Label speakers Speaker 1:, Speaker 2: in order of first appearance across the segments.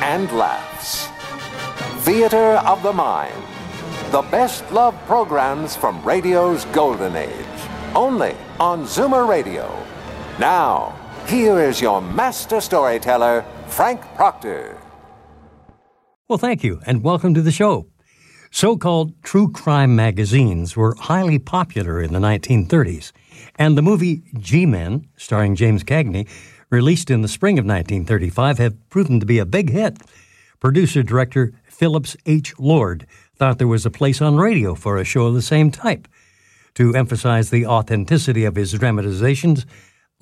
Speaker 1: and laughs. Theater of the Mind. The best love programs from radio's golden age. Only on Zoomer Radio. Now, here is your master storyteller, Frank Proctor.
Speaker 2: Well, thank you, and welcome to the show. So called true crime magazines were highly popular in the 1930s, and the movie G Men, starring James Cagney, released in the spring of 1935, have proven to be a big hit. Producer director Phillips H. Lord thought there was a place on radio for a show of the same type. To emphasize the authenticity of his dramatizations,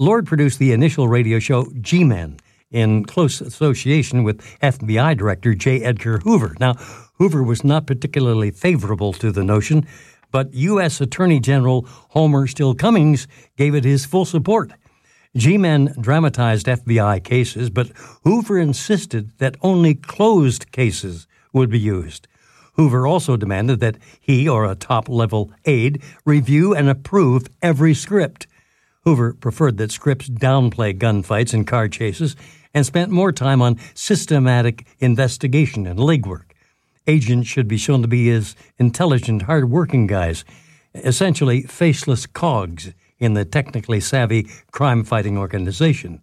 Speaker 2: Lord produced the initial radio show G Men in close association with FBI Director J. Edgar Hoover. Now, Hoover was not particularly favorable to the notion, but U.S. Attorney General Homer Still Cummings gave it his full support. G Men dramatized FBI cases, but Hoover insisted that only closed cases would be used. Hoover also demanded that he or a top level aide review and approve every script. Hoover preferred that scripts downplay gunfights and car chases and spent more time on systematic investigation and legwork. Agents should be shown to be as intelligent, hard-working guys, essentially faceless cogs in the technically savvy crime-fighting organization.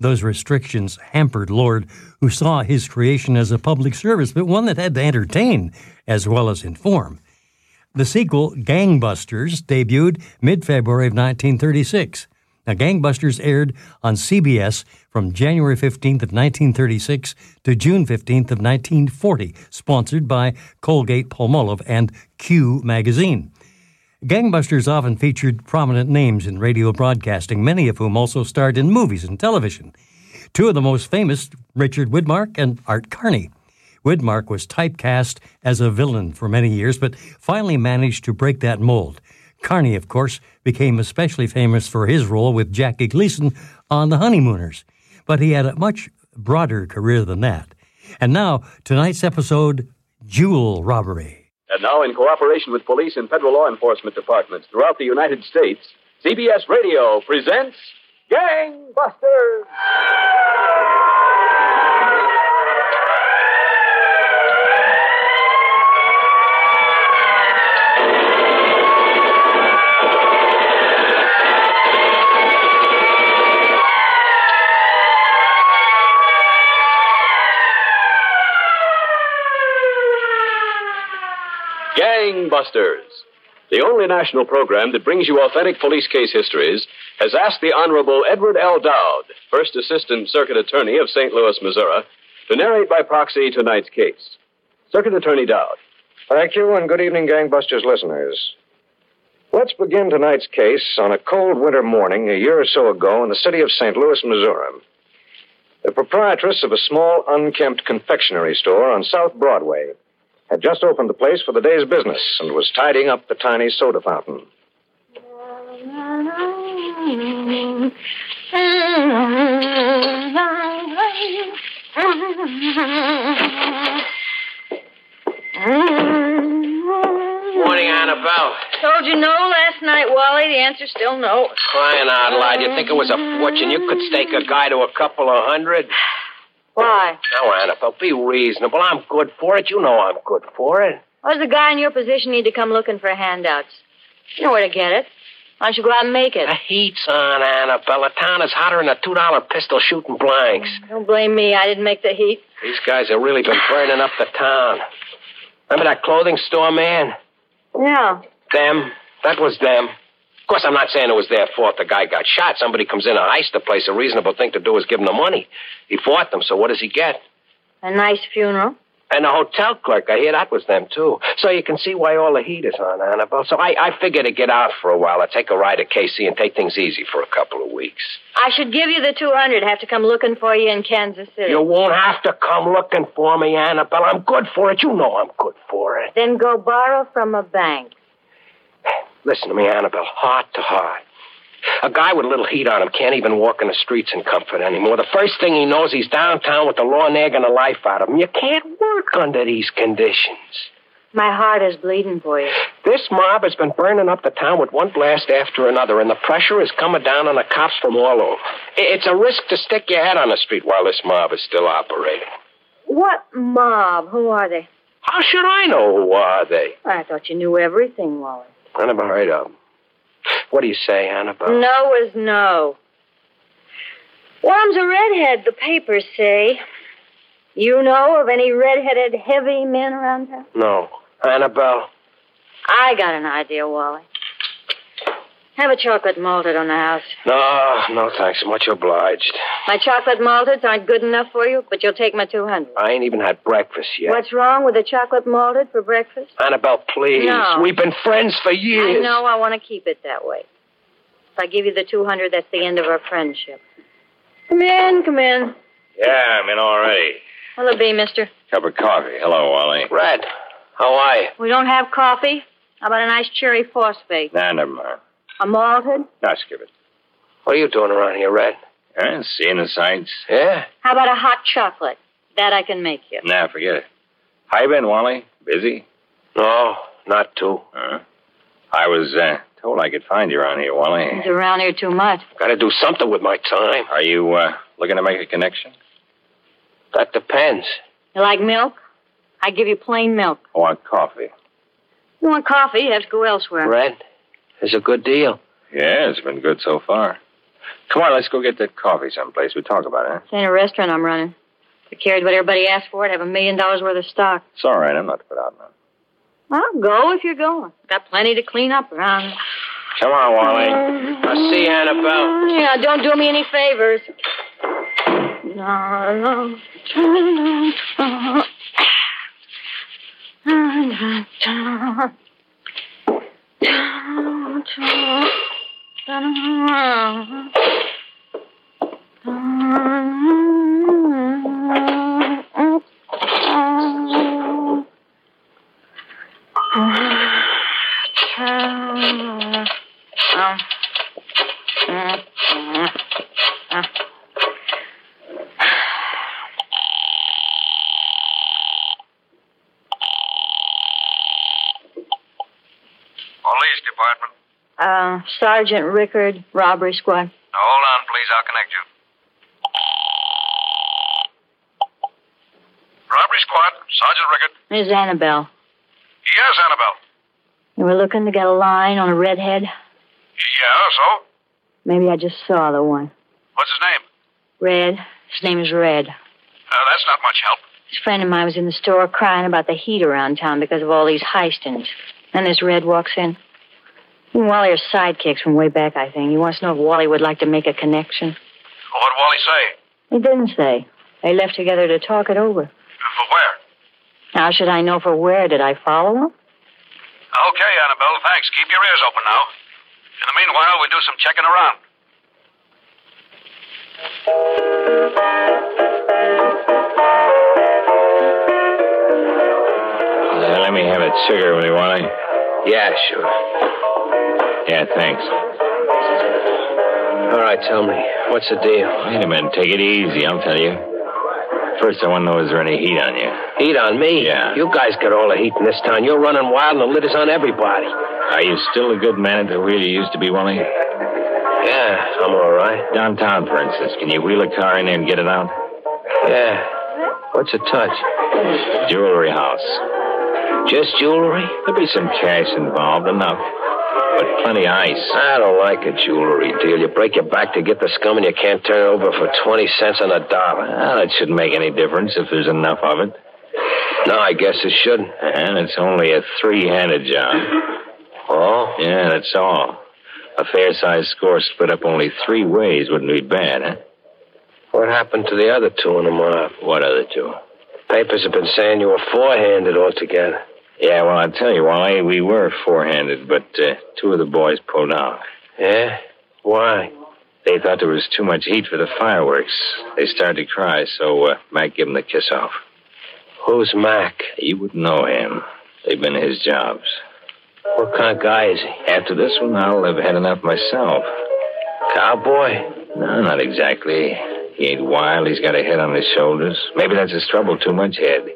Speaker 2: Those restrictions hampered Lord, who saw his creation as a public service, but one that had to entertain as well as inform. The sequel, Gangbusters, debuted mid February of 1936. Now, Gangbusters aired on CBS from January 15th of 1936 to June 15th of 1940, sponsored by Colgate Palmolive and Q magazine. Gangbusters often featured prominent names in radio broadcasting, many of whom also starred in movies and television. Two of the most famous, Richard Widmark and Art Carney. Widmark was typecast as a villain for many years, but finally managed to break that mold. Carney, of course, became especially famous for his role with Jackie Gleason on The Honeymooners, but he had a much broader career than that. And now, tonight's episode Jewel Robbery.
Speaker 3: And now, in cooperation with police and federal law enforcement departments throughout the United States, CBS Radio presents Gangbusters! Gangbusters, the only national program that brings you authentic police case histories, has asked the Honorable Edward L. Dowd, First Assistant Circuit Attorney of St. Louis, Missouri, to narrate by proxy tonight's case. Circuit Attorney Dowd.
Speaker 4: Thank you, and good evening, Gangbusters listeners. Let's begin tonight's case on a cold winter morning a year or so ago in the city of St. Louis, Missouri. The proprietress of a small, unkempt confectionery store on South Broadway had just opened the place for the day's business and was tidying up the tiny soda fountain.
Speaker 5: Morning, Annabelle.
Speaker 6: Told you no last night, Wally. The answer's still no.
Speaker 5: Crying out loud, you'd think it was a fortune. You could stake a guy to a couple of hundred.
Speaker 6: Why?
Speaker 5: Now, Annabelle, be reasonable. I'm good for it. You know I'm good for it.
Speaker 6: Why does a guy in your position need to come looking for handouts? You know where to get it. Why don't you go out and make it?
Speaker 5: The heat's on, Annabelle. The town is hotter than a $2 pistol shooting blanks.
Speaker 6: Don't blame me. I didn't make the heat.
Speaker 5: These guys have really been burning up the town. Remember that clothing store man?
Speaker 6: Yeah.
Speaker 5: Them. That was them. Of course, I'm not saying it was their fault the guy got shot. Somebody comes in and heists the place. A reasonable thing to do is give him the money. He fought them, so what does he get?
Speaker 6: A nice funeral.
Speaker 5: And the hotel clerk, I hear that was them, too. So you can see why all the heat is on, Annabelle. So I, I figure to get out for a while. I take a ride at KC and take things easy for a couple of weeks.
Speaker 6: I should give you the 200. Have to come looking for you in Kansas City.
Speaker 5: You won't have to come looking for me, Annabelle. I'm good for it. You know I'm good for it.
Speaker 6: Then go borrow from a bank.
Speaker 5: Listen to me, Annabelle, heart to heart. A guy with a little heat on him can't even walk in the streets in comfort anymore. The first thing he knows, he's downtown with the law nagging the life out of him. You can't work under these conditions.
Speaker 6: My heart is bleeding for you.
Speaker 5: This mob has been burning up the town with one blast after another, and the pressure is coming down on the cops from all over. I- It's a risk to stick your head on the street while this mob is still operating.
Speaker 6: What mob? Who are they?
Speaker 5: How should I know who are they?
Speaker 6: I thought you knew everything, Wallace.
Speaker 5: I never heard of 'em. What do you say, Annabelle?
Speaker 6: No is no. Worm's a redhead, the papers say. You know of any redheaded heavy men around town?
Speaker 5: No. Annabelle,
Speaker 6: I got an idea, Wally. Have a chocolate malted on the house.
Speaker 5: No, no, thanks. Much obliged.
Speaker 6: My chocolate malteds aren't good enough for you, but you'll take my 200.
Speaker 5: I ain't even had breakfast yet.
Speaker 6: What's wrong with a chocolate malted for breakfast?
Speaker 5: Annabelle, please.
Speaker 6: No.
Speaker 5: We've been friends for years.
Speaker 6: I know I want to keep it that way. If I give you the 200, that's the end of our friendship. Come in, come in.
Speaker 7: Yeah, I'm in already.
Speaker 6: What'll it be, mister?
Speaker 7: Cup of coffee. Hello, Wally.
Speaker 5: Red, how are you?
Speaker 6: We don't have coffee. How about a nice cherry frostbite?
Speaker 7: Nah, never mind.
Speaker 6: A malted?
Speaker 7: No, skip it.
Speaker 5: What are you doing around here, Red?
Speaker 7: Eh, seeing the sights?
Speaker 5: Yeah?
Speaker 6: How about a hot chocolate? That I can make you.
Speaker 7: Nah, forget it. How you been, Wally? Busy?
Speaker 5: No, not too.
Speaker 7: Huh? I was uh, told I could find you around here, Wally.
Speaker 6: He's around here too much.
Speaker 5: Gotta do something with my time.
Speaker 7: Are you uh, looking to make a connection?
Speaker 5: That depends.
Speaker 6: You like milk? I give you plain milk.
Speaker 7: I want coffee.
Speaker 6: You want coffee? You have to go elsewhere.
Speaker 5: Red, it's a good deal.
Speaker 7: Yeah, it's been good so far. Come on, let's go get that coffee someplace. We talk about it. Huh?
Speaker 6: It's in a restaurant I'm running. If I carried what everybody asked for, I'd have a million dollars worth of stock.
Speaker 7: It's all right. I'm not put out now.
Speaker 6: I'll go if you're going. Got plenty to clean up around.
Speaker 5: Come on, Wally. I see Annabelle.
Speaker 6: Yeah, don't do me any favors. No, Um.
Speaker 8: Police department.
Speaker 6: Uh, Sergeant Rickard, robbery squad.
Speaker 8: Now hold on, please. I'll connect you. Robbery squad, Sergeant Rickard.
Speaker 6: Miss Annabelle,
Speaker 8: Yes, Annabelle.
Speaker 6: you were looking to get a line on a redhead?
Speaker 8: Yeah, so? Uh,
Speaker 6: Maybe I just saw the one.
Speaker 8: What's his name?
Speaker 6: Red. His name is Red.
Speaker 8: Uh, that's not much help.
Speaker 6: This friend of mine was in the store crying about the heat around town because of all these heistings. And this Red walks in. He and Wally are sidekicks from way back, I think. He wants to know if Wally would like to make a connection.
Speaker 8: What'd Wally say?
Speaker 6: He didn't say. They left together to talk it over.
Speaker 8: For where?
Speaker 6: How should I know for where? Did I follow him?
Speaker 8: Okay, Annabelle, thanks. Keep your ears open now. In the meanwhile, we do some checking around.
Speaker 7: Yeah, Uh, let me have a cigarette with you, Wally.
Speaker 5: Yeah, sure.
Speaker 7: Yeah, thanks.
Speaker 5: All right, tell me. What's the deal?
Speaker 7: Wait a minute. Take it easy. I'll tell you. First, I want to know is there any heat on you?
Speaker 5: Heat on me?
Speaker 7: Yeah.
Speaker 5: You guys got all the heat in this town. You're running wild and the lid is on everybody.
Speaker 7: Are you still a good man at the wheel you used to be, Wally?
Speaker 5: Yeah, I'm all right.
Speaker 7: Downtown, for instance, can you wheel a car in there and get it out?
Speaker 5: Yeah. What's a touch?
Speaker 7: Jewelry house.
Speaker 5: Just jewelry?
Speaker 7: There'll be some cash involved, enough. But plenty of ice.
Speaker 5: I don't like a jewelry deal. You break your back to get the scum and you can't turn it over for 20 cents on a dollar.
Speaker 7: Well, it Ah, shouldn't make any difference if there's enough of it.
Speaker 5: No, I guess it shouldn't.
Speaker 7: And it's only a three-handed job.
Speaker 5: Oh?
Speaker 7: Yeah, that's all. A fair-sized score split up only three ways wouldn't be bad, huh?
Speaker 5: What happened to the other two in the mob?
Speaker 7: What other two?
Speaker 5: Papers have been saying you were four-handed altogether.
Speaker 7: Yeah, well, I tell you, Wally, we were four-handed, but uh, two of the boys pulled out.
Speaker 5: Yeah? Why?
Speaker 7: They thought there was too much heat for the fireworks. They started to cry, so uh, Mac gave them the kiss off.
Speaker 5: Who's Mac?
Speaker 7: You wouldn't know him. They've been his jobs.
Speaker 5: What kind of guy is he?
Speaker 7: After this one, I'll have had enough myself.
Speaker 5: Cowboy?
Speaker 7: No, not exactly. He ain't wild. He's got a head on his shoulders. Maybe that's his trouble, too much head.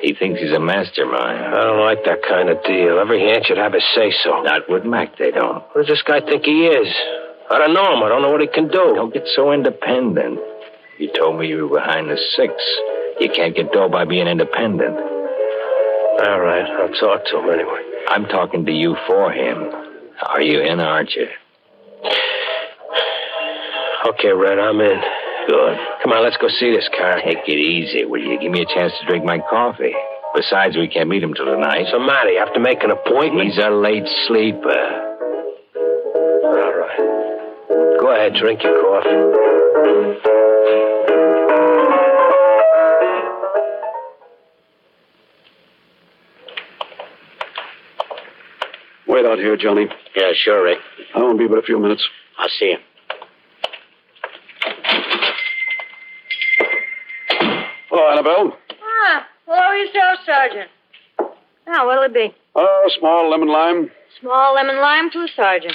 Speaker 7: He thinks he's a mastermind.
Speaker 5: I don't like that kind of deal. Every hand should have his say-so.
Speaker 7: Not with Mac, they don't.
Speaker 5: What does this guy think he is? I don't know him. I don't know what he can do.
Speaker 7: Don't get so independent. You told me you were behind the six. You can't get dough by being independent.
Speaker 5: All right, I'll talk to him anyway.
Speaker 7: I'm talking to you for him. Are you in, aren't you?
Speaker 5: Okay, Red, I'm in.
Speaker 7: Good.
Speaker 5: Come on, let's go see this car.
Speaker 7: Take it easy, will you? Give me a chance to drink my coffee. Besides, we can't meet him till tonight.
Speaker 5: What's the matter? You have to make an appointment?
Speaker 7: He's a late sleeper.
Speaker 5: All right. Go ahead, drink your coffee.
Speaker 9: Wait out here, Johnny.
Speaker 5: Yeah, sure, Rick.
Speaker 9: I won't be but a few minutes.
Speaker 5: I'll see you.
Speaker 9: Hello, Annabelle.
Speaker 6: Ah, hello yourself, Sergeant. Now, Ah, what'll it be?
Speaker 9: Oh, small lemon lime.
Speaker 6: Small lemon lime, too, Sergeant.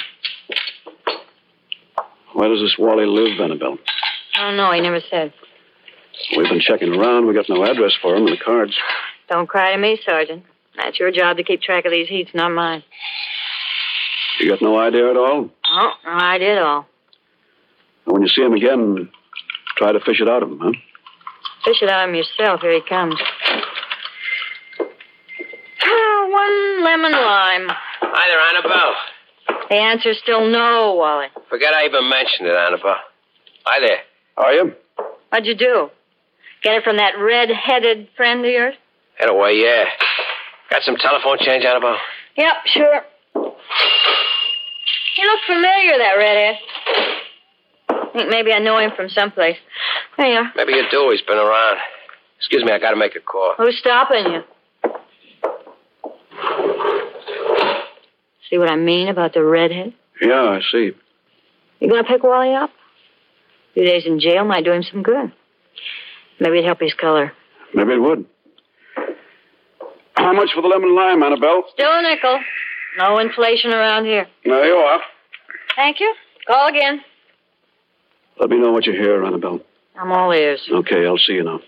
Speaker 9: Where does this Wally live, Annabelle?
Speaker 6: I don't know. Oh, He never said.
Speaker 9: We've been checking around. We got no address for him in the cards.
Speaker 6: Don't cry to me, Sergeant. That's your job to keep track of these heats, not mine.
Speaker 9: You got no idea at all?
Speaker 6: Oh, no, I did all.
Speaker 9: And when you see him again, try to fish it out of him, huh?
Speaker 6: Fish it out of him yourself. Here he comes. Ah, One lemon lime.
Speaker 5: Hi there, Annabelle.
Speaker 6: The answer's still no, Wally.
Speaker 5: Forget I even mentioned it, Annabelle. Hi there.
Speaker 9: Are you?
Speaker 6: What'd you do? Get it from that red-headed friend of yours?
Speaker 5: Anyway, yeah. Got some telephone change, Annabelle?
Speaker 6: Yep, sure. He looked familiar, that redhead. I think maybe I know him from someplace. uh, There you are.
Speaker 5: Maybe you do. He's been around. Excuse me, I gotta make a call.
Speaker 6: Who's stopping you? See what I mean about the redhead?
Speaker 9: Yeah, I see.
Speaker 6: You gonna pick Wally up? A few days in jail might do him some good. Maybe it'd help his color.
Speaker 9: Maybe it would. How much for the lemon lime, Annabelle?
Speaker 6: Still a nickel. No inflation around here.
Speaker 9: There you are.
Speaker 6: Thank you. Call again.
Speaker 9: Let me know what you hear, Annabelle.
Speaker 6: I'm all ears.
Speaker 9: Okay, I'll see you now.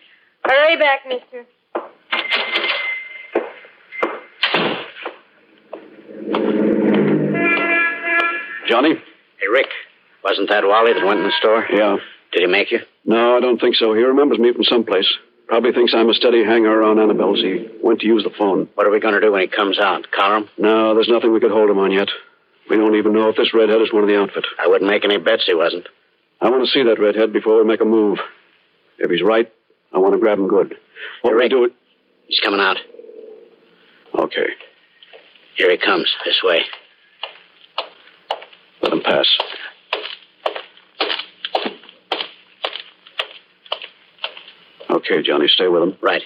Speaker 6: Hurry back, mister.
Speaker 9: Johnny?
Speaker 5: Hey, Rick. Wasn't that Wally that went in the store?
Speaker 9: Yeah.
Speaker 5: Did he make you?
Speaker 9: No, I don't think so. He remembers me from someplace. Probably thinks I'm a steady hanger around Annabelle's. He went to use the phone.
Speaker 5: What are we gonna do when he comes out? Collar him?
Speaker 9: No, there's nothing we could hold him on yet. We don't even know if this redhead is one of the outfit.
Speaker 5: I wouldn't make any bets he wasn't.
Speaker 9: I want to see that redhead before we make a move. If he's right, I want to grab him good. What we
Speaker 5: Rick.
Speaker 9: do it.
Speaker 5: He's coming out.
Speaker 9: Okay,
Speaker 5: Here he comes, this way.
Speaker 9: let him pass. Okay, Johnny, stay with him.
Speaker 5: Right.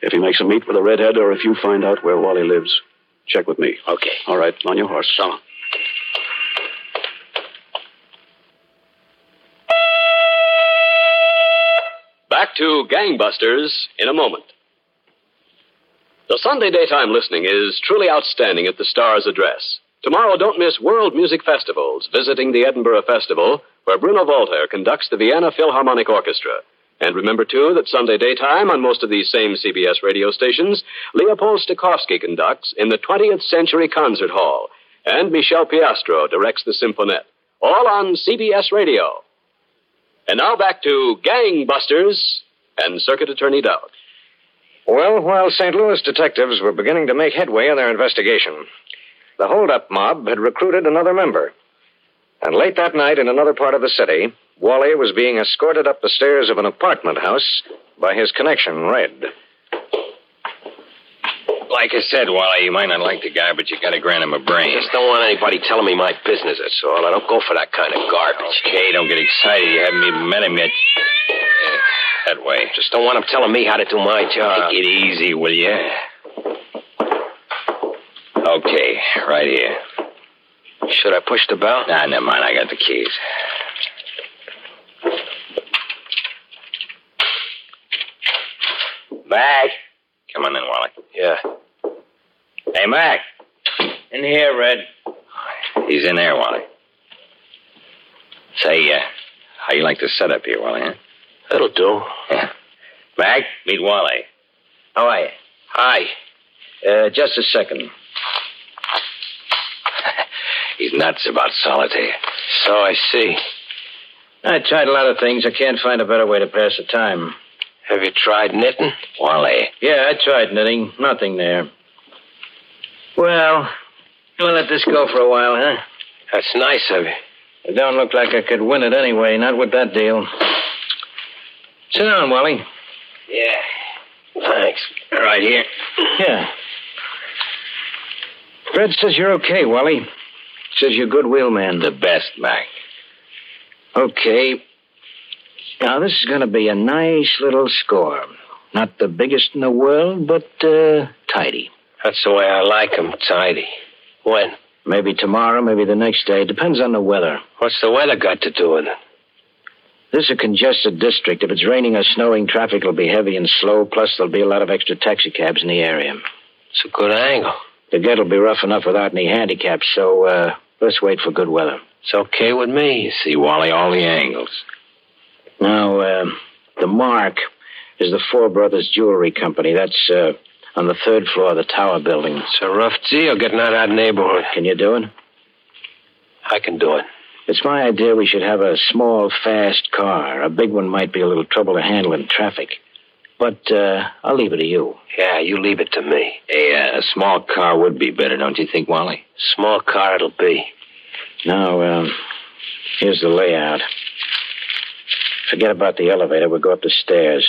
Speaker 9: If he makes a meet with a redhead or if you find out where Wally lives, check with me.
Speaker 5: Okay.
Speaker 9: All right, on your horse.
Speaker 5: So long.
Speaker 3: Back to Gangbusters in a moment. The Sunday daytime listening is truly outstanding at the Star's address. Tomorrow, don't miss World Music Festivals, visiting the Edinburgh Festival, where Bruno Voltaire conducts the Vienna Philharmonic Orchestra. And remember, too, that Sunday daytime on most of these same CBS radio stations, Leopold Stokowski conducts in the 20th Century Concert Hall, and Michel Piastro directs the Symphonette, all on CBS Radio. And now back to Gangbusters and Circuit Attorney Dowd.
Speaker 4: Well, while St. Louis detectives were beginning to make headway in their investigation, the holdup mob had recruited another member. And late that night, in another part of the city, Wally was being escorted up the stairs of an apartment house by his connection, Red.
Speaker 7: Like I said, Wally, you might not like the guy, but you gotta grant him a brain.
Speaker 5: Just don't want anybody telling me my business, that's all. I don't go for that kind of garbage.
Speaker 7: Okay, don't get excited. You haven't even met him yet. Uh,
Speaker 5: that way.
Speaker 4: Just don't want him telling me how to do my job.
Speaker 5: Take it easy, will you? Okay, right here.
Speaker 4: Should I push the bell?
Speaker 5: Nah, never mind. I got the keys. Mac. Come on in, Wally.
Speaker 4: Yeah.
Speaker 5: Hey, Mac. In here, Red. He's in there, Wally. Say, uh, how you like the setup here, Wally, huh?
Speaker 4: That'll do.
Speaker 5: Yeah. Mac, meet Wally. How are you?
Speaker 4: Hi.
Speaker 5: Uh, just a second. He's nuts about solitaire.
Speaker 4: So I see.
Speaker 5: Oh, I tried a lot of things. I can't find a better way to pass the time.
Speaker 4: Have you tried knitting?
Speaker 5: Wally. Yeah, I tried knitting. Nothing there. Well, we'll let this go for a while, huh?
Speaker 4: That's nice of you.
Speaker 5: It don't look like I could win it anyway, not with that deal. Sit down, Wally.
Speaker 4: Yeah. Thanks. Right here.
Speaker 5: Yeah. Fred says you're okay, Wally. Says you're a good wheelman. The best, Mac. Okay. Now, this is going to be a nice little score. Not the biggest in the world, but uh, tidy.
Speaker 4: That's the way I like 'em, tidy. When?
Speaker 5: Maybe tomorrow, maybe the next day. Depends on the weather.
Speaker 4: What's the weather got to do with it?
Speaker 5: This is a congested district. If it's raining or snowing, traffic will be heavy and slow, plus there'll be a lot of extra taxicabs in the area.
Speaker 4: It's a good angle.
Speaker 5: The get will be rough enough without any handicaps, so uh, let's wait for good weather.
Speaker 4: It's okay with me. You see, Wally, all the angles.
Speaker 5: Now, uh, the mark is the Four Brothers Jewelry Company. That's uh, on the third floor of the tower building.
Speaker 4: It's a rough deal getting out of that neighborhood.
Speaker 5: Can you do it?
Speaker 4: I can do it.
Speaker 5: It's my idea we should have a small, fast car. A big one might be a little trouble to handle in traffic. But uh, I'll leave it to you.
Speaker 4: Yeah, you leave it to me.
Speaker 5: uh, A, a small car would be better, don't you think, Wally?
Speaker 4: Small car it'll be.
Speaker 5: Now, um, here's the layout. Forget about the elevator. We'll go up the stairs.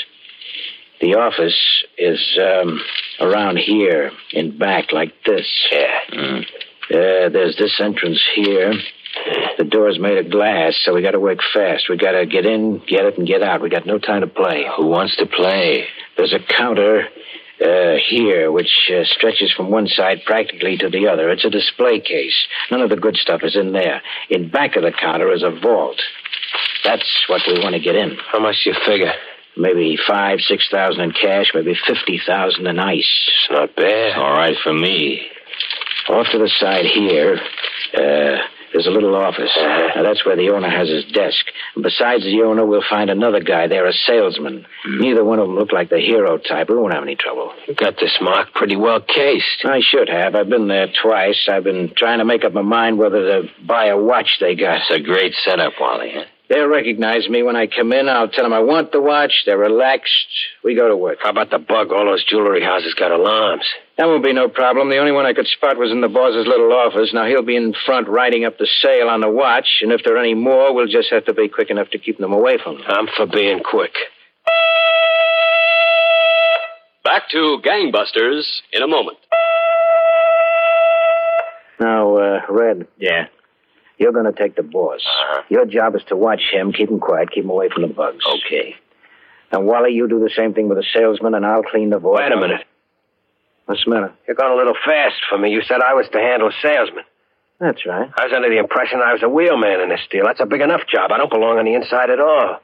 Speaker 5: The office is um, around here, in back, like this.
Speaker 4: Yeah.
Speaker 5: Mm. Uh, there's this entrance here. The door's made of glass, so we got to work fast. We got to get in, get it, and get out. We got no time to play.
Speaker 4: Who wants to play?
Speaker 5: There's a counter uh, here, which uh, stretches from one side practically to the other. It's a display case. None of the good stuff is in there. In back of the counter is a vault. That's what we want to get in.
Speaker 4: How much do you figure?
Speaker 5: Maybe five, six thousand in cash, maybe fifty thousand in ice.
Speaker 4: It's not bad.
Speaker 5: All right for me. Off to the side here, uh, there's a little office.
Speaker 4: Uh-huh.
Speaker 5: Now, that's where the owner has his desk. And besides the owner, we'll find another guy there, a salesman. Neither one of them look like the hero type. We won't have any trouble.
Speaker 4: Hmm. You got this mark pretty well cased.
Speaker 5: I should have. I've been there twice. I've been trying to make up my mind whether to buy a watch they got.
Speaker 4: It's a great setup, Wally. Huh?
Speaker 5: They'll recognize me when I come in. I'll tell them I want the watch. They're relaxed. We go to work.
Speaker 4: How about the bug? All those jewelry houses got alarms.
Speaker 5: That won't be no problem. The only one I could spot was in the boss's little office. Now he'll be in front writing up the sale on the watch, and if there are any more, we'll just have to be quick enough to keep them away from him.
Speaker 4: I'm for being quick.
Speaker 3: Back to Gangbusters in a moment.
Speaker 5: Now, uh, Red,
Speaker 4: Yeah.
Speaker 5: you're going to take the boss.
Speaker 4: Uh-huh.
Speaker 5: Your job is to watch him, keep him quiet, keep him away from the bugs.
Speaker 4: Okay.
Speaker 5: And Wally, you do the same thing with the salesman, and I'll clean the vault.
Speaker 4: Wait a minute.
Speaker 5: What's the matter?
Speaker 4: You're going a little fast for me. You said I was to handle salesmen.
Speaker 5: That's right.
Speaker 4: I was under the impression I was a wheelman in this deal. That's a big enough job. I don't belong on the inside at all.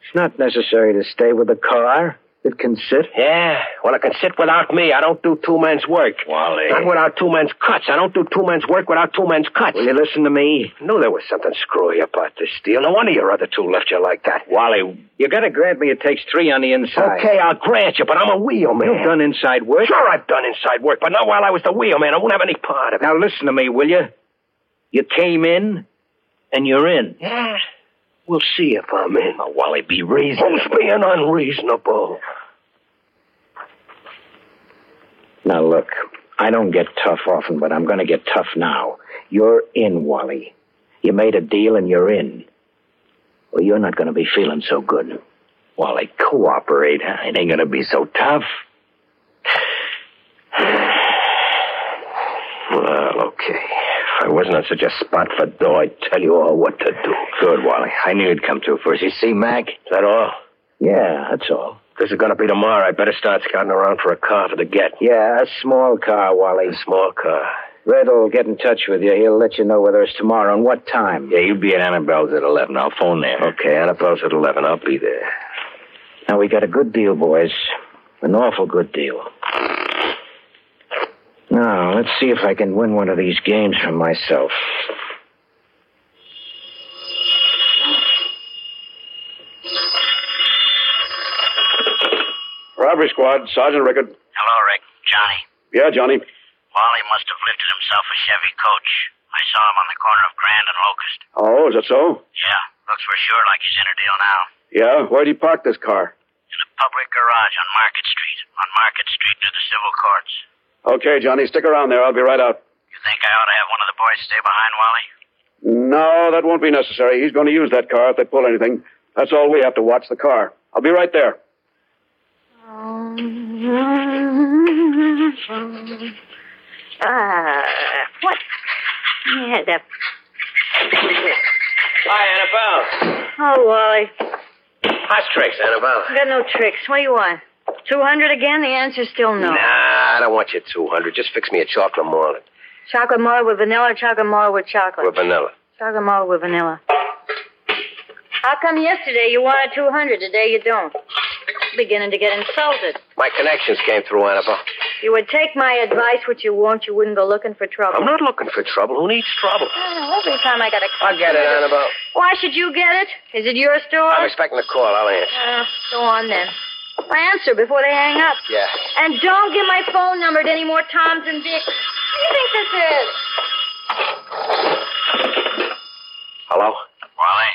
Speaker 5: It's not necessary to stay with the car. It can sit.
Speaker 4: Yeah. Well, it can sit without me. I don't do two men's work.
Speaker 5: Wally.
Speaker 4: Not without two men's cuts. I don't do two men's work without two men's cuts.
Speaker 5: Will you listen to me?
Speaker 4: I knew there was something screwy about this deal. No wonder your other two left you like that. Wally.
Speaker 5: You gotta grant me it takes three on the inside.
Speaker 4: Okay, I'll grant you, but I'm a wheelman.
Speaker 5: You've done inside work.
Speaker 4: Sure, I've done inside work, but not while I was the wheelman. I won't have any part of it.
Speaker 5: Now listen to me, will you? You came in, and you're in.
Speaker 4: Yeah. We'll see if I'm in. Now, Wally, be reasonable. Who's being unreasonable?
Speaker 5: Now look, I don't get tough often, but I'm gonna get tough now. You're in, Wally. You made a deal and you're in. Well, you're not gonna be feeling so good.
Speaker 4: Wally, cooperate, huh? It ain't gonna be so tough. Well, okay. If I wasn't on such a spot for dough, I'd tell you all what to do.
Speaker 5: Good, Wally. I knew you'd come to first. You see, Mac?
Speaker 4: Is that all?
Speaker 7: Yeah, that's all.
Speaker 5: This is going to be tomorrow. I better start scouting around for a car for the get.
Speaker 7: Yeah, a small car, Wally.
Speaker 5: Small car.
Speaker 7: Red will get in touch with you. He'll let you know whether it's tomorrow and what time.
Speaker 10: Yeah, you be at Annabelle's at 11. I'll phone there.
Speaker 5: Okay, Annabelle's at 11. I'll be there.
Speaker 7: Now, we got a good deal, boys. An awful good deal. Now, let's see if I can win one of these games for myself.
Speaker 9: Robbery squad, Sergeant Rickard.
Speaker 11: Hello, Rick. Johnny.
Speaker 9: Yeah, Johnny.
Speaker 11: Wally must have lifted himself a Chevy coach. I saw him on the corner of Grand and Locust.
Speaker 9: Oh, is that so?
Speaker 11: Yeah, looks for sure like he's in a deal now.
Speaker 9: Yeah, where'd he park this car?
Speaker 11: In a public garage on Market Street. On Market Street near the civil courts.
Speaker 9: Okay, Johnny, stick around there. I'll be right out.
Speaker 11: You think I ought to have one of the boys stay behind, Wally?
Speaker 9: No, that won't be necessary. He's going to use that car if they pull anything. That's all we have to watch the car. I'll be right there.
Speaker 6: Uh, Ah, what? Yeah, that.
Speaker 5: Hi, Annabelle.
Speaker 6: Oh, Wally.
Speaker 5: Hot tricks, Annabelle.
Speaker 6: I got no tricks. What do you want? 200 again? The answer's still no.
Speaker 5: Nah, I don't want your 200. Just fix me a chocolate malt
Speaker 6: Chocolate malt with vanilla, chocolate malt with chocolate.
Speaker 5: with vanilla.
Speaker 6: Chocolate malt with vanilla. How come yesterday you wanted 200, today you don't? Beginning to get insulted.
Speaker 5: My connections came through, Annabelle.
Speaker 6: You would take my advice, which you won't. You wouldn't go looking for trouble.
Speaker 5: I'm not looking for trouble. Who needs trouble?
Speaker 6: Oh, every time I got a
Speaker 5: I'll get it, Annabelle.
Speaker 6: Why should you get it? Is it your store?
Speaker 5: I'm expecting a call. I'll answer.
Speaker 6: Uh, go on then. Answer before they hang up.
Speaker 5: Yeah.
Speaker 6: And don't give my phone number to any more Toms and Dicks. Who do you think this is?
Speaker 5: Hello?
Speaker 8: Wally?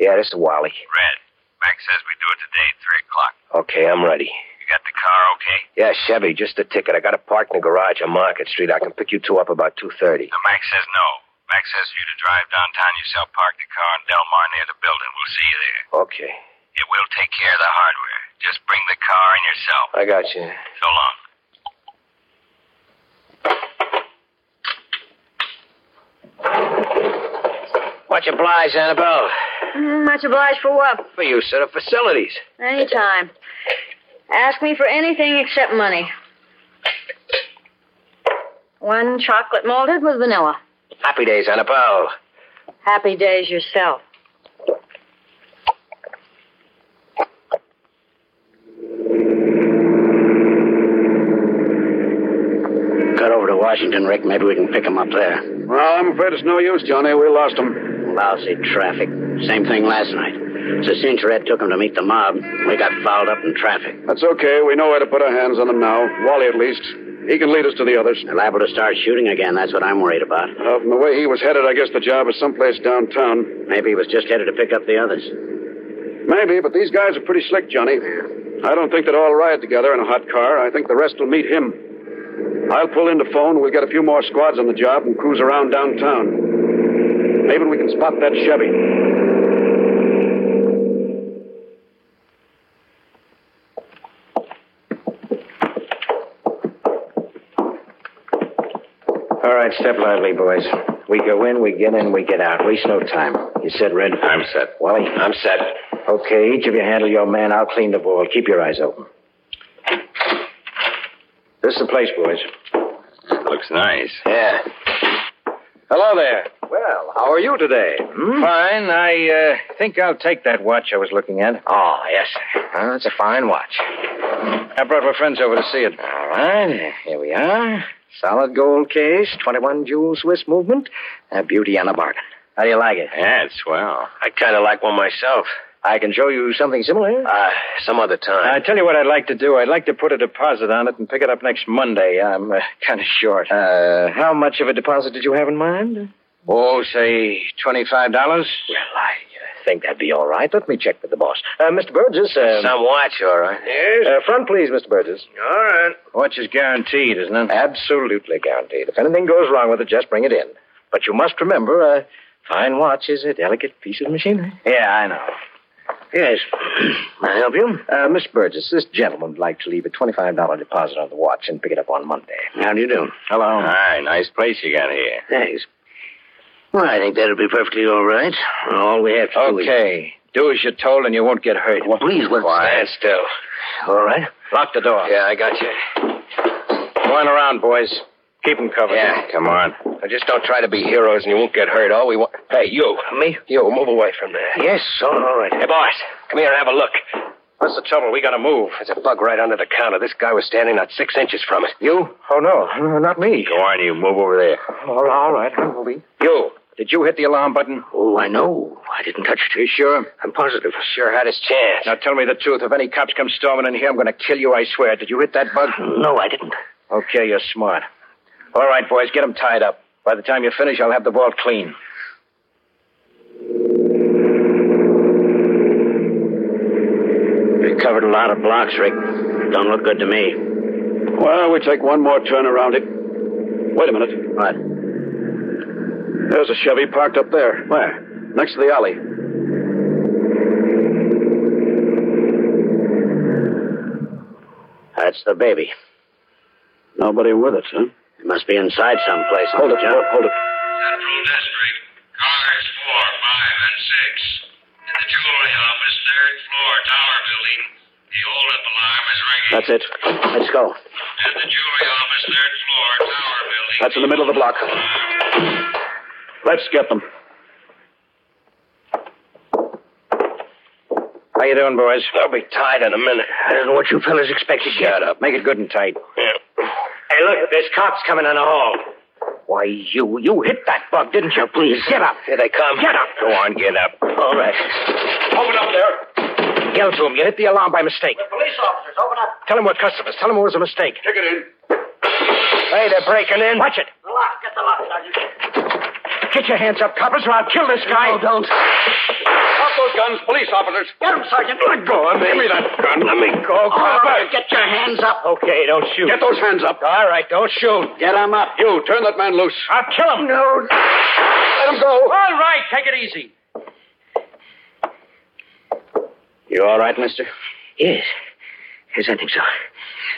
Speaker 5: Yeah, this is Wally.
Speaker 8: Red. Mac says we do it today, 3 o'clock.
Speaker 5: Okay, I'm ready.
Speaker 8: You got the car okay?
Speaker 5: Yeah, Chevy, just a ticket. I got to park in the garage on Market Street. I can pick you two up about 2.30.
Speaker 8: Now, Mac says no. Mac says for you to drive downtown yourself, park the car in Del Mar near the building. We'll see you there.
Speaker 5: Okay.
Speaker 8: It will take care of the hardware. Just bring the car and yourself.
Speaker 5: I got you.
Speaker 8: So long.
Speaker 5: Much obliged, Annabelle.
Speaker 6: Mm, Much obliged for what?
Speaker 5: For use of the facilities.
Speaker 6: Anytime. Ask me for anything except money. One chocolate malted with vanilla.
Speaker 5: Happy days, Annabelle.
Speaker 6: Happy days yourself.
Speaker 7: Cut over to Washington, Rick. Maybe we can pick him up there.
Speaker 9: Well, I'm afraid it's no use, Johnny. We lost him.
Speaker 7: Lousy traffic. Same thing last night. It's a cinch Red took him to meet the mob. We got fouled up in traffic.
Speaker 9: That's okay. We know where to put our hands on him now. Wally, at least. He can lead us to the others.
Speaker 7: They're liable to start shooting again. That's what I'm worried about.
Speaker 9: Uh, from the way he was headed, I guess the job is someplace downtown.
Speaker 7: Maybe he was just headed to pick up the others.
Speaker 9: Maybe, but these guys are pretty slick, Johnny. I don't think they'd all ride together in a hot car. I think the rest will meet him. I'll pull in to phone. We'll get a few more squads on the job and cruise around downtown. Maybe we can spot that Chevy.
Speaker 7: All right, step lively, boys. We go in, we get in, we get out. Waste no time. You said Red?
Speaker 5: I'm set.
Speaker 7: Wally?
Speaker 5: I'm set.
Speaker 7: Okay, each of you handle your man. I'll clean the ball. Keep your eyes open. This is the place, boys.
Speaker 8: Looks nice.
Speaker 5: Yeah.
Speaker 10: Hello there.
Speaker 7: Well, how are you today? Hmm?
Speaker 10: Fine. I uh, think I'll take that watch I was looking at.
Speaker 7: Ah,
Speaker 5: Oh, yes, sir.
Speaker 10: Oh, that's a fine watch. I brought my friends over to see it.
Speaker 7: All right, here we are. Solid gold case, 21 jewel Swiss movement. A beauty and a bargain. How do you like it?
Speaker 8: Yeah, it's swell.
Speaker 5: I kind of like one myself.
Speaker 7: I can show you something similar.
Speaker 5: Uh, some other
Speaker 10: I
Speaker 5: time.
Speaker 10: tell you what I'd like to do. I'd like to put a deposit on it and pick it up next Monday. I'm uh, kind of short.
Speaker 7: Uh, how much of a deposit did you have in mind?
Speaker 10: oh, say twenty-five dollars.
Speaker 7: Well, I uh, think that'd be all right. Let me check with the boss. Uh, Mr. Burgess. Uh,
Speaker 5: some watch, all right. Yes.
Speaker 7: uh, front, please, Mr. Burgess.
Speaker 5: all right.
Speaker 10: Watch is guaranteed, isn't it?
Speaker 7: Absolutely guaranteed. If anything goes wrong with it, just bring it in. But you must remember, a fine watch is a delicate piece of machinery.
Speaker 10: Yeah, I know.
Speaker 7: Yes. May I help you? Uh, Miss Burgess, this gentleman would like to leave a $25 deposit on the watch and pick it up on Monday.
Speaker 5: How do you do?
Speaker 10: Hello.
Speaker 8: Hi, nice place you got here.
Speaker 7: Thanks.
Speaker 5: Well, I think that'll be perfectly all right. All we have to do is...
Speaker 10: Okay. Do as you're told, and you won't get hurt. Please, Wilson. Quiet. Stand still. All right. Lock the door. Yeah, I got you. Going around, boys. Keep them covered. Yeah, come on.
Speaker 12: Now just don't try to be heroes and you won't get hurt. All we want. Hey, you. Me? You, move away from there.
Speaker 5: Yes, all right.
Speaker 12: Hey, boss, come here and have a look. What's the trouble? We gotta move. There's a bug right under the counter. This guy was standing not six inches from it. You?
Speaker 5: Oh, no. no, not me.
Speaker 12: Go on, you. Move over there.
Speaker 5: All right, all right. I'm moving.
Speaker 10: You. Did you hit the alarm button?
Speaker 5: Oh, I know. I didn't touch it.
Speaker 10: You sure?
Speaker 5: I'm positive.
Speaker 10: Sure had his chance. Now tell me the truth. If any cops come storming in here, I'm going to kill you, I swear. Did you hit that bug?
Speaker 5: No, I didn't.
Speaker 10: Okay, you're smart. All right, boys, get him tied up. By the time you finish, I'll have the vault clean.
Speaker 5: They covered a lot of blocks, Rick. Don't look good to me.
Speaker 9: Well, we take one more turn around it. Wait a minute.
Speaker 5: What?
Speaker 9: There's a Chevy parked up there. Where? Next to the alley.
Speaker 5: That's the baby.
Speaker 9: Nobody with it, huh?
Speaker 5: It must be inside someplace.
Speaker 9: Hold it,
Speaker 5: John.
Speaker 9: hold it.
Speaker 11: Central District, cars 4, 5, and 6. In the jewelry office, third floor, tower building, the holdup alarm is ringing.
Speaker 5: That's it. Let's go.
Speaker 11: At the jewelry office, third floor, tower building.
Speaker 9: That's in the middle of the block. Let's get them.
Speaker 10: How you doing, boys?
Speaker 12: They'll be tied in a minute.
Speaker 5: I don't know what you fellas expect to get.
Speaker 10: Shut up. Make it good and tight.
Speaker 5: Hey, look, there's cops coming in the hall. Why, you you hit that bug, didn't you? Please, get up.
Speaker 12: Here they come.
Speaker 5: Get up.
Speaker 12: Go on, get up.
Speaker 5: All right.
Speaker 12: Open up there.
Speaker 5: Yell to him. You hit the alarm by mistake.
Speaker 11: Police officers, open up.
Speaker 5: Tell him we're customers. Tell him it was a mistake.
Speaker 9: Kick it in.
Speaker 5: Hey, they're breaking in. Watch it.
Speaker 11: The lock, get the lock, Sergeant.
Speaker 5: Get your hands up, coppers, or I'll kill this guy. No, don't.
Speaker 9: Stop those guns, police officers.
Speaker 11: Get him, Sergeant.
Speaker 5: Let go of me.
Speaker 9: Give me that gun. Let me
Speaker 5: Go, copper.
Speaker 11: Get your hands up.
Speaker 5: Okay, don't shoot.
Speaker 9: Get those hands up.
Speaker 5: All right, don't shoot.
Speaker 9: Get him up. You, turn that man loose.
Speaker 5: I'll kill him. No.
Speaker 9: Let him go.
Speaker 5: All right, take it easy.
Speaker 10: You all right, mister?
Speaker 5: Yes. Yes, I think so.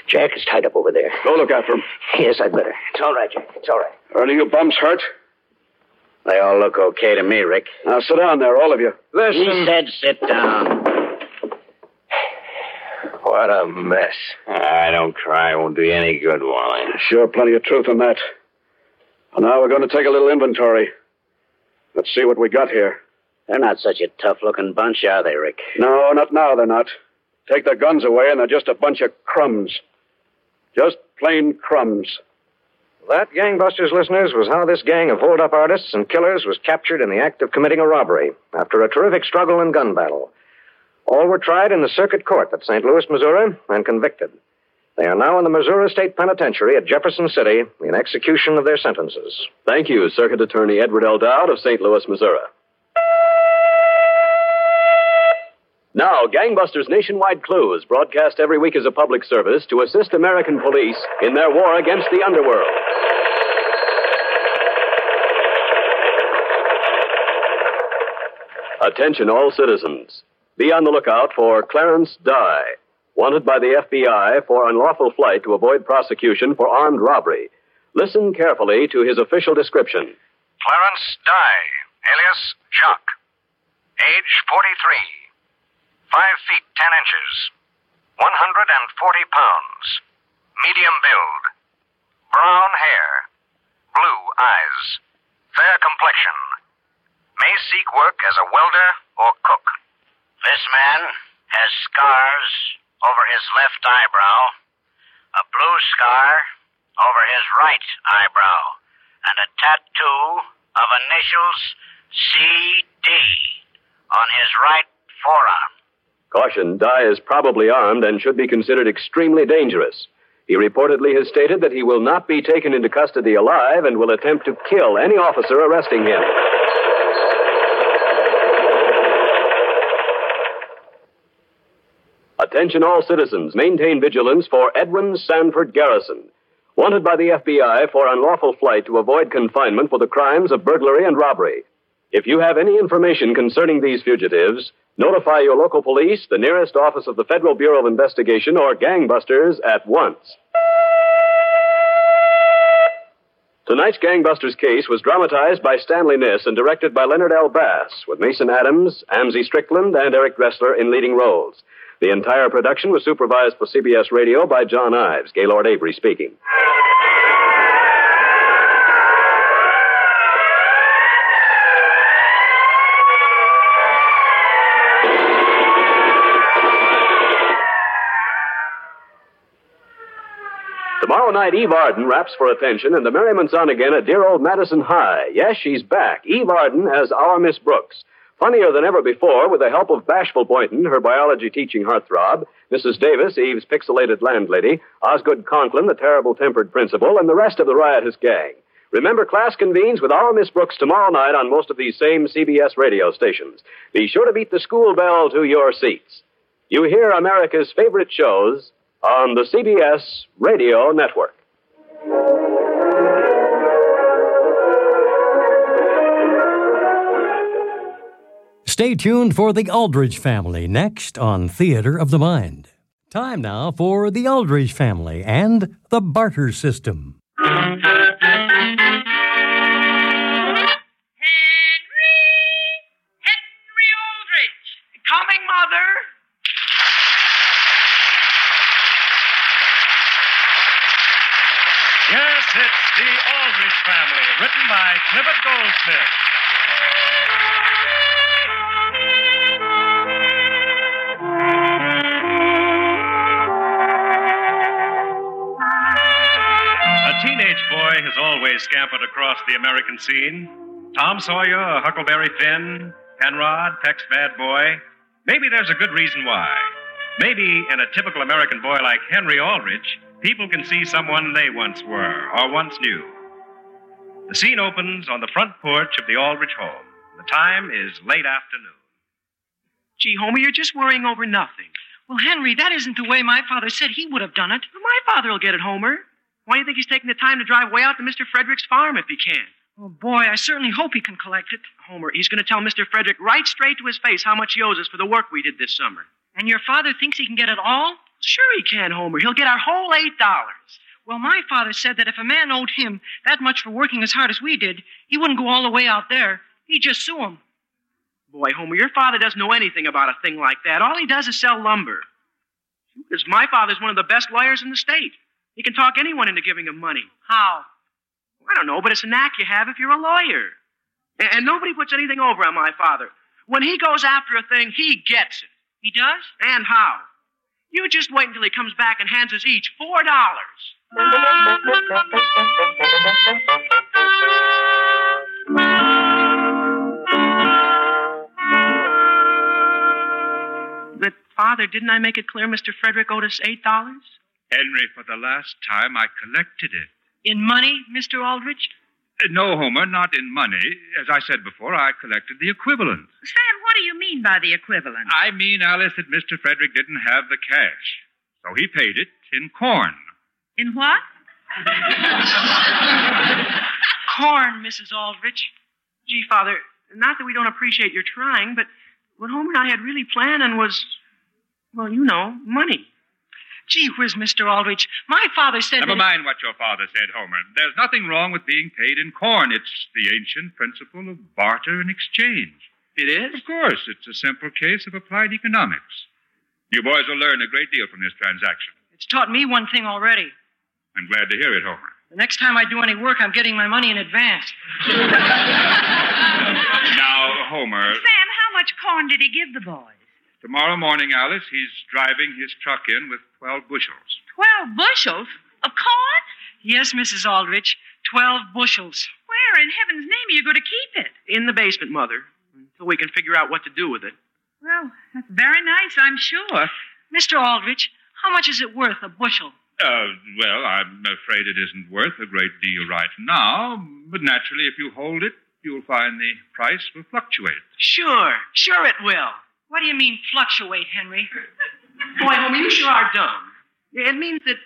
Speaker 5: Jack is tied up over there.
Speaker 9: Go look after him.
Speaker 5: Yes, I'd better. It's all right, Jack. It's all right.
Speaker 9: Are any of you bums hurt?
Speaker 5: They all look okay to me, Rick.
Speaker 9: Now sit down there, all of you.
Speaker 5: He said sit down.
Speaker 12: What a mess. I don't cry. Won't do you any good, Wally.
Speaker 9: Sure, plenty of truth in that. And now we're going to take a little inventory. Let's see what we got here.
Speaker 5: They're not such a tough looking bunch, are they, Rick?
Speaker 9: No, not now, they're not. Take their guns away, and they're just a bunch of crumbs. Just plain crumbs.
Speaker 4: That, gangbusters listeners, was how this gang of hold up artists and killers was captured in the act of committing a robbery after a terrific struggle and gun battle. All were tried in the circuit court at St. Louis, Missouri, and convicted. They are now in the Missouri State Penitentiary at Jefferson City in execution of their sentences.
Speaker 3: Thank you, Circuit Attorney Edward L. Dowd of St. Louis, Missouri. Now, Gangbusters Nationwide Clues, broadcast every week as a public service to assist American police in their war against the underworld. Attention, all citizens. Be on the lookout for Clarence Dye, wanted by the FBI for unlawful flight to avoid prosecution for armed robbery. Listen carefully to his official description.
Speaker 8: Clarence Dye, alias Jacques. Age 43. 5 feet 10 inches. 140 pounds. Medium build. Brown hair. Blue eyes. Fair complexion. May seek work as a welder or cook.
Speaker 11: This man has scars over his left eyebrow, a blue scar over his right eyebrow, and a tattoo of initials CD on his right forearm.
Speaker 3: Caution, Dye is probably armed and should be considered extremely dangerous. He reportedly has stated that he will not be taken into custody alive and will attempt to kill any officer arresting him. Attention all citizens, maintain vigilance for Edwin Sanford Garrison, wanted by the FBI for unlawful flight to avoid confinement for the crimes of burglary and robbery. If you have any information concerning these fugitives, notify your local police, the nearest office of the Federal Bureau of Investigation, or Gangbusters at once. Tonight's gangbusters case was dramatized by Stanley Niss and directed by Leonard L. Bass, with Mason Adams, Amzie Strickland, and Eric Dressler in leading roles. The entire production was supervised for CBS Radio by John Ives, Gaylord Avery speaking. Tomorrow night, Eve Arden raps for attention, and the merriment's on again at dear old Madison High. Yes, she's back. Eve Arden as our Miss Brooks. Funnier than ever before, with the help of Bashful Boynton, her biology teaching heartthrob, Mrs. Davis, Eve's pixelated landlady, Osgood Conklin, the terrible tempered principal, and the rest of the riotous gang. Remember, class convenes with our Miss Brooks tomorrow night on most of these same CBS radio stations. Be sure to beat the school bell to your seats. You hear America's favorite shows on the CBS Radio Network.
Speaker 2: Stay tuned for the Aldridge family next on Theater of the Mind. Time now for the Aldridge family and the barter system.
Speaker 13: Aldridge, coming, Mother.
Speaker 14: Yes, it's The Aldrich Family, written by Clifford Goldsmith. A teenage boy has always scampered across the American scene. Tom Sawyer, or Huckleberry Finn, Penrod, Peck's Bad Boy. Maybe there's a good reason why. Maybe in a typical American boy like Henry Aldrich, people can see someone they once were or once knew. The scene opens on the front porch of the Aldrich home. The time is late afternoon.
Speaker 15: Gee, Homer, you're just worrying over nothing. Well, Henry, that isn't the way my father said he would have done it. My father will get it, Homer. Why do you think he's taking the time to drive way out to Mr. Frederick's farm if he can? Oh, boy, I certainly hope he can collect it. Homer, he's going to tell Mr. Frederick right straight to his face how much he owes us for the work we did this summer.
Speaker 13: And your father thinks he can get it all?
Speaker 15: Sure he can, Homer. He'll get our whole eight dollars.
Speaker 13: Well, my father said that if a man owed him that much for working as hard as we did, he wouldn't go all the way out there. He'd just sue him.
Speaker 15: Boy, Homer, your father doesn't know anything about a thing like that. All he does is sell lumber. Because my father's one of the best lawyers in the state. He can talk anyone into giving him money.
Speaker 13: How?
Speaker 15: I don't know, but it's a knack you have if you're a lawyer. A- And, nobody puts anything over on my father. When he goes after a thing, he gets it. He does? And how? You just wait until he comes back and hands us each four dollars. But, Father, didn't I make it clear Mr. Frederick owed us eight dollars?
Speaker 14: Henry, for the last time, I collected it.
Speaker 13: In money, Mr. Aldrich?
Speaker 14: Uh, No, Homer, not in money. As I said before, I collected the equivalent.
Speaker 16: Sam, what do you mean by the equivalent?
Speaker 14: I mean, Alice, that Mr. Frederick didn't have the cash. So he paid it in corn.
Speaker 16: In what?
Speaker 15: Corn, Mrs. Aldrich. Gee, Father, not that we don't appreciate your trying, but what Homer and I had really planned and was, well, you know, money. Gee whiz, Mr. Aldrich. My father said.
Speaker 14: Never
Speaker 15: that-
Speaker 14: mind what your father said, Homer. There's nothing wrong with being paid in corn. It's the ancient principle of barter and exchange.
Speaker 15: It is?
Speaker 14: Of course, it's a simple case of applied economics. You boys will learn a great deal from this transaction.
Speaker 13: It's taught me one thing already.
Speaker 14: I'm glad to hear it, Homer.
Speaker 13: The next time I do any work, I'm getting my money in advance.
Speaker 14: Now, Homer,
Speaker 16: Sam, how much corn did he give the boys?
Speaker 14: tomorrow morning, Alice, he's driving his truck in with 12 bushels.
Speaker 13: Twelve bushels of corn? Yes, Mrs. Aldrich. Twelve bushels.
Speaker 16: Where in heaven's name are you going to keep it?
Speaker 15: In the basement, Mother, until we can figure out what to do with it.
Speaker 16: Well, that's very nice, I'm sure.
Speaker 13: Mr. Aldrich, how much is it worth a bushel?
Speaker 14: Uh, well, I'm afraid it isn't worth a great deal right now, but naturally, if you hold it, you'll find the price will fluctuate.
Speaker 15: Sure, sure it will.
Speaker 13: What do you mean fluctuate, Henry?
Speaker 15: Boy, Homer, you sure are dumb. It means that.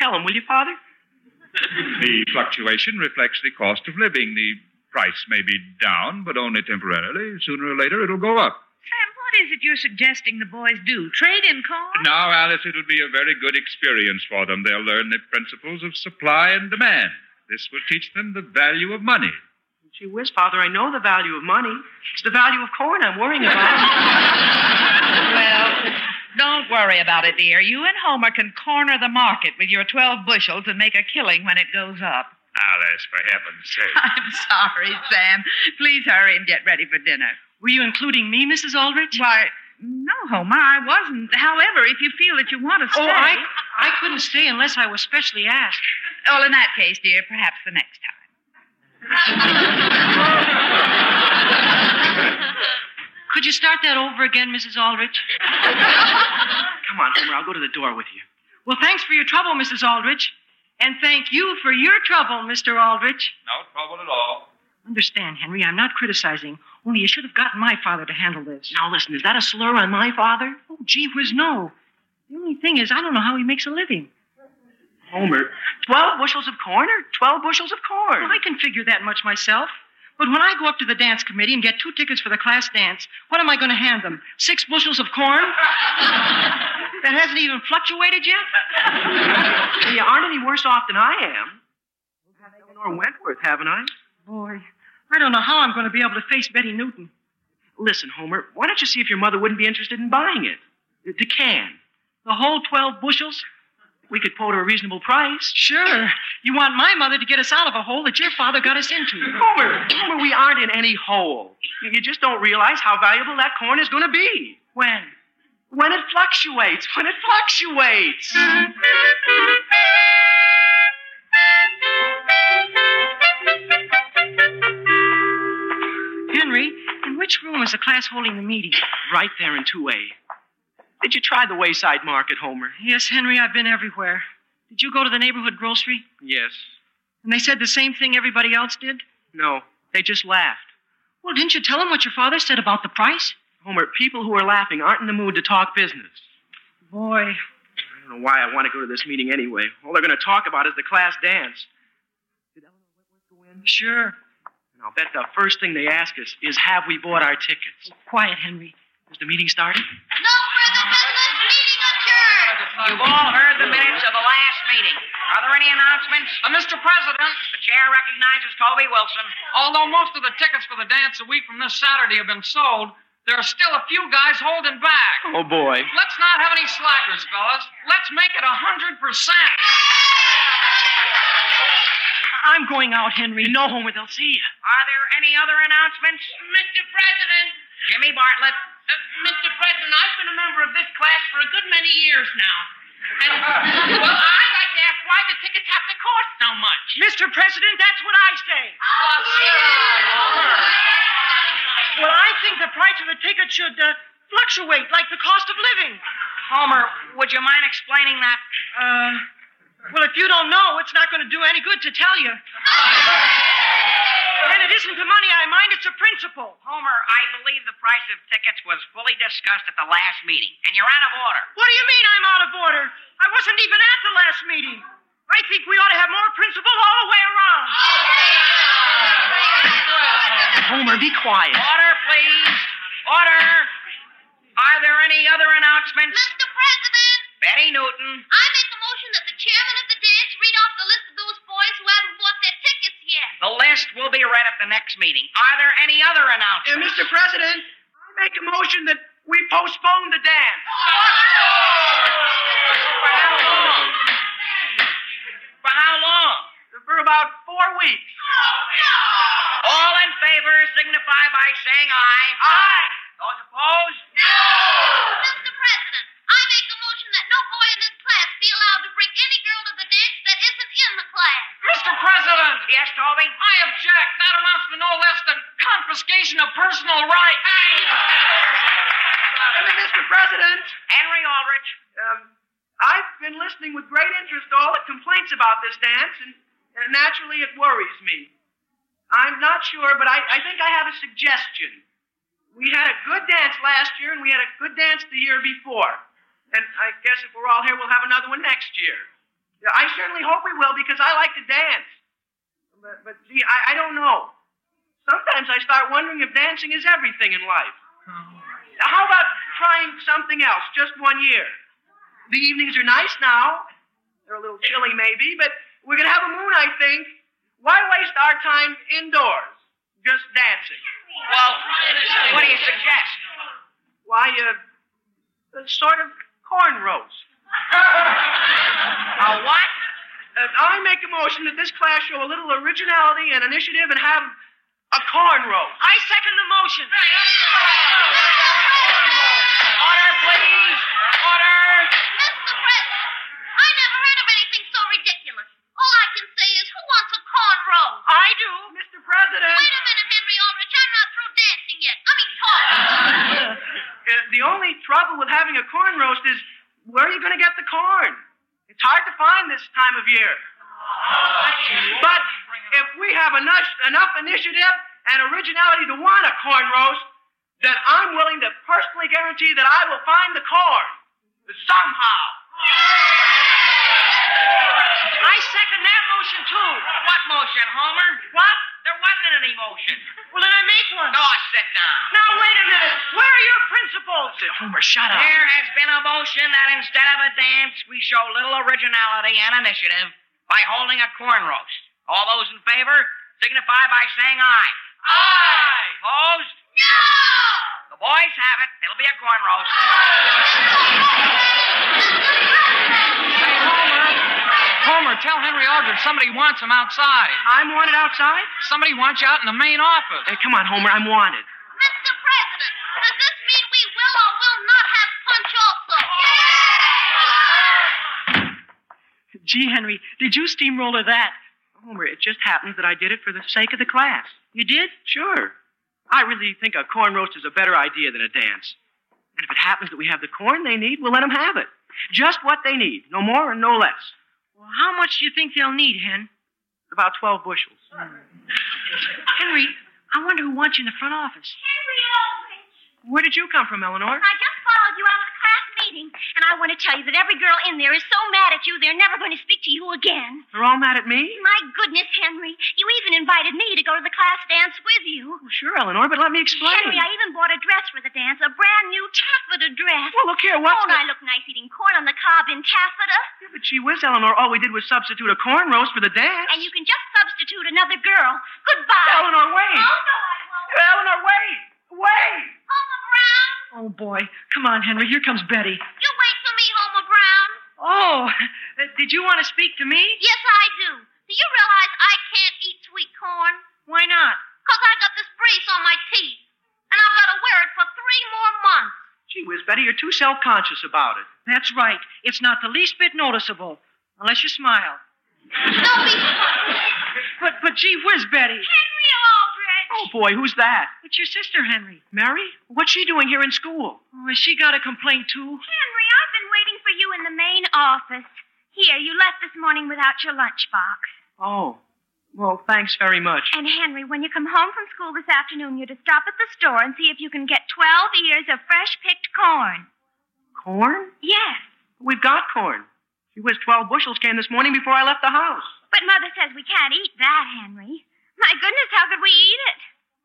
Speaker 15: Tell him, will you, Father?
Speaker 14: The fluctuation reflects the cost of living. The price may be down, but only temporarily. Sooner or later, it'll go up.
Speaker 16: Sam, why
Speaker 17: What is it you're suggesting the boys do? Trade in corn?
Speaker 18: Now, Alice, it will be a very good experience for them. They'll learn the principles of supply and demand. This will teach them the value of money.
Speaker 13: Gee whiz, Father, I know the value of money. It's the value of corn I'm worrying about.
Speaker 17: Well, don't worry about it, dear. You and Homer can corner the market with your 12 bushels and make a killing when it goes up.
Speaker 18: Alice, for heaven's sake.
Speaker 17: I'm sorry, Sam. Please hurry and get ready for dinner. Were you including me, Mrs. Aldrich? Why, no, Homer, I wasn't. However, if you feel that you want to stay.
Speaker 13: oh, I, I couldn't stay unless I was specially asked.
Speaker 17: Well, in that case, dear, perhaps the next time.
Speaker 13: Could you start that over again, Mrs. Aldrich? Come on, Homer, I'll go to the door with you. Well, thanks for your trouble, Mrs. Aldrich. And thank you for your trouble, Mr. Aldrich.
Speaker 18: No trouble at all.
Speaker 13: Understand, Henry, I'm not criticizing. Only you should have gotten my father to handle this. Now, listen, is that a slur on my father? Oh, gee whiz, no. The only thing is, I don't know how he makes a living.
Speaker 15: Homer.
Speaker 13: Twelve bushels of corn or twelve bushels of corn? Well, I can figure that much myself. But when I go up to the dance committee and get two tickets for the class dance, what am I going to hand them? Six bushels of corn? that hasn't even fluctuated yet? you aren't any worse off than I am. Eleanor Wentworth, haven't I? Boy, I don't know how I'm going to be able to face Betty Newton. Listen, Homer, why don't you see if your mother wouldn't be interested in buying it? The- The can. The whole 12 bushels? We could quote her a reasonable price. Sure. You want my mother to get us out of a hole that your father got us into.
Speaker 15: Homer, Homer, Oh, we aren't in any hole. You, you just don't realize how valuable that corn is going to be.
Speaker 13: When?
Speaker 15: When it fluctuates. When it fluctuates.
Speaker 13: Henry, in which room is the class holding the meeting?
Speaker 15: Right there in 2A. Did you try the wayside market, Homer?
Speaker 13: Yes, Henry, I've been everywhere. Did you go to the neighborhood grocery?
Speaker 15: Yes.
Speaker 13: And they said the same thing everybody else did?
Speaker 15: No. They just laughed.
Speaker 13: Well, didn't you tell them what your father said about the price?
Speaker 15: Homer, people who are laughing aren't in the mood to talk business.
Speaker 13: Boy,
Speaker 15: I don't know why I want to go to this meeting anyway. All they're going to talk about is the class dance.
Speaker 13: sure.
Speaker 15: And I'll bet the first thing they ask us is, have we bought our tickets?
Speaker 13: Quiet, Henry.
Speaker 15: Is the meeting started?
Speaker 19: You've all heard the minutes of the last meeting. Are there any announcements?
Speaker 20: Uh,
Speaker 19: Mr. President. The chair recognizes Toby Wilson.
Speaker 20: Although most of the tickets for the dance a week from this Saturday have been sold, there are still a few guys holding back.
Speaker 15: Oh, boy.
Speaker 20: Let's not have any slackers, fellas. Let's make it a hundred percent.
Speaker 13: I'm going out, Henry. No, Homer, they'll see you.
Speaker 19: Are there any other announcements? Mr. President. Jimmy Bartlett.
Speaker 21: Mr. Uh, President, I've been a member of this class for a good many years now. And, well, I'd like to ask why the tickets have to cost so much. Oh,
Speaker 13: Mr. President, that's what I say.
Speaker 19: Oh,
Speaker 13: Well, I think the price of the ticket should uh, fluctuate like the cost of living.
Speaker 19: Homer, would you mind explaining that?
Speaker 13: Uh, well, if you don't know, it's not going to do any good to tell you. And it isn't the money I mind, it's a principle.
Speaker 19: Homer, I believe the price of tickets was fully discussed at the last meeting, and you're out of order.
Speaker 13: What do you mean I'm out of order? I wasn't even at the last meeting. I think we ought to have more principle all the way around.
Speaker 15: Homer, be quiet.
Speaker 19: Order, please. Order. Are there any other announcements? Mr. President. Betty Newton.
Speaker 21: I make a motion that the chairman of the dance read off the list of those boys who haven't bought their tickets yet.
Speaker 19: The list will be read at the next meeting. Are there any other announcements?
Speaker 15: Mr. President, I make a motion that we postpone the dance.
Speaker 19: For how long? For how long?
Speaker 15: For about four weeks.
Speaker 19: All in favor signify by saying aye. Aye. Those opposed? No.
Speaker 21: Mr. President, I make a motion that no boy in this class be allowed to bring any girl to the dance that isn't in the class.
Speaker 20: Mr. President!
Speaker 19: Yes, Toby?
Speaker 20: I object. That amounts to no less than confiscation of personal rights.
Speaker 15: Mr. President.
Speaker 19: Henry Aldrich.
Speaker 15: Um, I've been listening with great interest to all the complaints about this dance, and, and naturally it worries me. I'm not sure, but I, I think I have a suggestion. We had a good dance last year, and we had a good dance the year before. And I guess if we're all here, we'll have another one next year. Yeah, I certainly hope we will, because I like to dance. But, but gee, I, I don't know. Sometimes I start wondering if dancing is everything in life. How about trying something else, just one year? The evenings are nice now. They're a little chilly, maybe, but we're going to have a moon, I think. Why waste our time indoors, just dancing?
Speaker 19: Well, what do you suggest?
Speaker 15: Why, uh, a sort of corn roast. a what? Uh, I make a motion that this class show a little originality and initiative and have a corn roast.
Speaker 19: I second the motion. Order, please. Order.
Speaker 22: Mr. President, I never heard of anything so ridiculous. All I can say is, who wants a corn roll?
Speaker 19: I do. Mr. President.
Speaker 22: Wait a minute, Henry Ulrich. I'm not through dancing yet. I mean, talking.
Speaker 15: Uh, the only trouble with having a corn roast is where are you going to get the corn? It's hard to find this time of year. But if we have enough, enough initiative and originality to want a corn roast, then I'm willing to personally guarantee that I will find the corn
Speaker 19: uh,
Speaker 15: somehow.
Speaker 19: I second that motion, too. What motion, Homer? What? There wasn't any motion. Well, then I make one. Oh, sit down.
Speaker 15: Now, wait a minute. Where are your principles? Homer, shut up.
Speaker 19: There has been a motion that instead of a dance, we show little originality and initiative by holding a corn roast. All those in favor signify by saying aye. Aye. Opposed? No. The boys have it. It'll be a corn roast.
Speaker 23: Homer, tell Henry Aldrich somebody wants him outside.
Speaker 15: I'm wanted outside?
Speaker 23: Somebody wants you out in the main office.
Speaker 15: Hey, come on, Homer. I'm wanted.
Speaker 22: Mr. President, does this mean we will or will not have punch also?
Speaker 15: Gee, Henry, did you steamroller that? Homer, it just happens that I did it for the sake of the class. You did? Sure. I really think a corn roast is a better idea than a dance. And if it happens that we have the corn they need, we'll let them have it. Just what they need, no more and no less.
Speaker 13: Well, how much do you think they'll need, Hen?
Speaker 15: About 12 bushels.
Speaker 13: Henry, I wonder who wants you in the front office.
Speaker 22: Henry Aldrich.
Speaker 15: Where did you come from, Eleanor?
Speaker 22: I just followed you out of the class meeting, and I want to tell you that every girl in there is so mad at you they're never going to speak to you again.
Speaker 15: They're all mad at me?
Speaker 22: My goodness, Henry, you even invited me to go to the class dance with you.
Speaker 15: Oh, Sure, Eleanor, but let me explain.
Speaker 22: Henry, I even bought a dress for the dance, a brand new taffeta dress.
Speaker 15: Well, look here, what's
Speaker 22: Don't
Speaker 15: the-
Speaker 22: I look nice eating corn on the cob in taffeta?
Speaker 15: Yeah, but gee whiz, Eleanor, all we did was substitute a corn roast for the dance.
Speaker 22: And you can just substitute another girl. Goodbye.
Speaker 15: Eleanor, wait.
Speaker 22: Oh, no, I won't.
Speaker 15: Eleanor, wait. Wait.
Speaker 22: Homer Brown.
Speaker 13: Oh, boy. Come on, Henry. Here comes Betty.
Speaker 22: You wait for me, Homer Brown.
Speaker 13: Oh, uh, did you want to speak to me?
Speaker 22: Yes, I do. Do you realize I can't eat sweet corn?
Speaker 13: Why not?
Speaker 22: Because I got this brace on my teeth. And I've got to wear it for three more months.
Speaker 15: Gee whiz, Betty, you're too self conscious about it.
Speaker 13: That's right. It's not the least bit noticeable, unless you smile.
Speaker 22: Don't be.
Speaker 13: But, but gee whiz, Betty.
Speaker 22: Henry Aldrich.
Speaker 15: Oh, boy, who's that?
Speaker 13: It's your sister, Henry.
Speaker 15: Mary? What's she doing here in school?
Speaker 13: Oh, has she got a complaint, too?
Speaker 22: Henry, I've been waiting for you in the main office. Here, you left this morning without your lunchbox.
Speaker 15: Oh. Well, thanks very much.
Speaker 22: And Henry, when you come home from school this afternoon, you're to stop at the store and see if you can get 12 ears of fresh picked corn.
Speaker 15: Corn?
Speaker 22: Yes,
Speaker 15: We've got corn. She was 12 bushels came this morning before I left the house.
Speaker 22: but Mother says we can't eat that, Henry. My goodness, how could we eat it?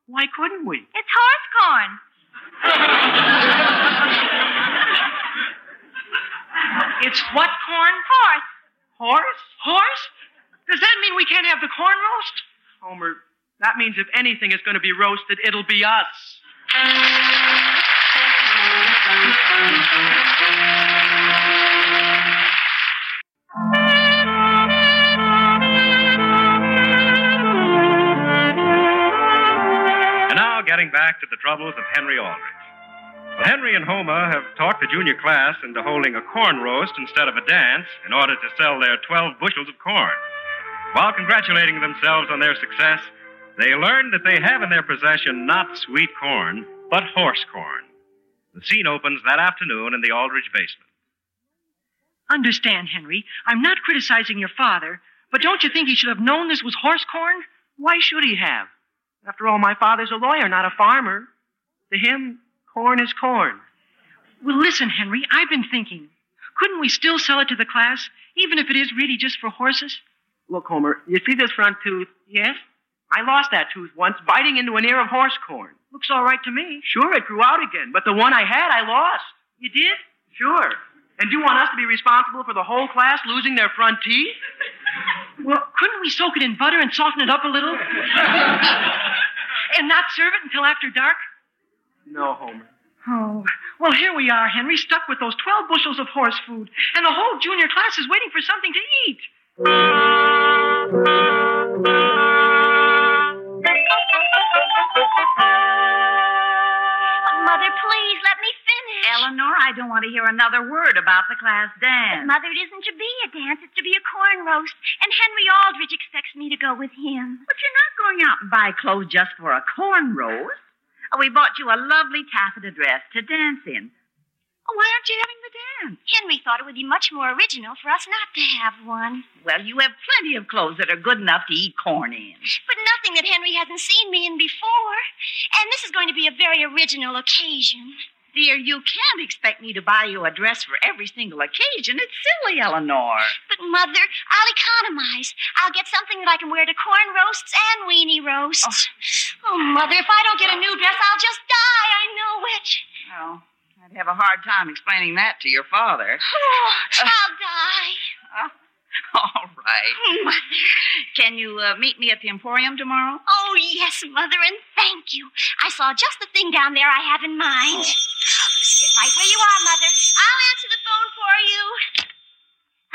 Speaker 15: Why couldn't we?
Speaker 22: It's horse corn.
Speaker 13: It's what corn?
Speaker 22: Horse.
Speaker 15: Horse?
Speaker 13: Horse? Does that mean we can't have the corn roast?
Speaker 15: Homer, that means if anything is going to be roasted, it'll be us.
Speaker 14: And now, getting back to the troubles of Henry Aldrich. Well, Henry and Homer have talked the junior class into holding a corn roast instead of a dance in order to sell their 12 bushels of corn. While congratulating themselves on their success, they learned that they have in their possession not sweet corn, but horse corn. The scene opens that afternoon in the Aldrich basement.
Speaker 13: Understand, Henry, I'm not criticizing your father, but don't you think he should have known this was horse corn?
Speaker 15: Why should he have? After all, my father's a lawyer, not a farmer. To him, corn is corn.
Speaker 13: Well, listen, Henry, I've been thinking. Couldn't we still sell it to the class, even if it is really just for horses?
Speaker 15: Look, Homer, you see this front tooth?
Speaker 13: Yes?
Speaker 14: I lost that tooth once biting into an ear of horse corn. Looks all right to me. Sure, it grew out again, but the one I had, I lost. You did? Sure. And do you want us to be responsible for the whole class losing their front teeth?
Speaker 13: Well, couldn't we soak it in butter and soften it up a little? and not serve it until after dark?
Speaker 14: No, Homer.
Speaker 13: Oh, well, here we are, Henry, stuck with those 12 bushels of horse food, and the whole junior class is waiting for something to eat.
Speaker 22: Mother, please let me finish.
Speaker 24: Eleanor, I don't want to hear another word about the class dance.
Speaker 22: Mother, it isn't to be a dance, it's to be a corn roast, and Henry Aldrich expects me to go with him.
Speaker 24: But you're not going out and buy clothes just for a corn roast. Oh, we bought you a lovely taffeta dress to dance in.
Speaker 22: Oh, why aren't you having the dance? Henry thought it would be much more original for us not to have one.
Speaker 24: Well, you have plenty of clothes that are good enough to eat corn in.
Speaker 22: But nothing that Henry hasn't seen me in before. And this is going to be a very original occasion.
Speaker 24: Dear, you can't expect me to buy you a dress for every single occasion. It's silly, Eleanor.
Speaker 22: But, Mother, I'll economize. I'll get something that I can wear to corn roasts and weenie roasts. Oh, Mother, if I don't get a new dress, I'll just die. I know it.
Speaker 24: Oh, I'd have a hard time explaining that to your father.
Speaker 22: Oh, I'll die.
Speaker 24: All right. Can you uh, meet me at the Emporium tomorrow?
Speaker 22: Oh, yes, Mother, and thank you. I saw just the thing down there I have in mind.
Speaker 21: Oh.
Speaker 22: Sit right where you are, Mother. I'll answer the phone for you.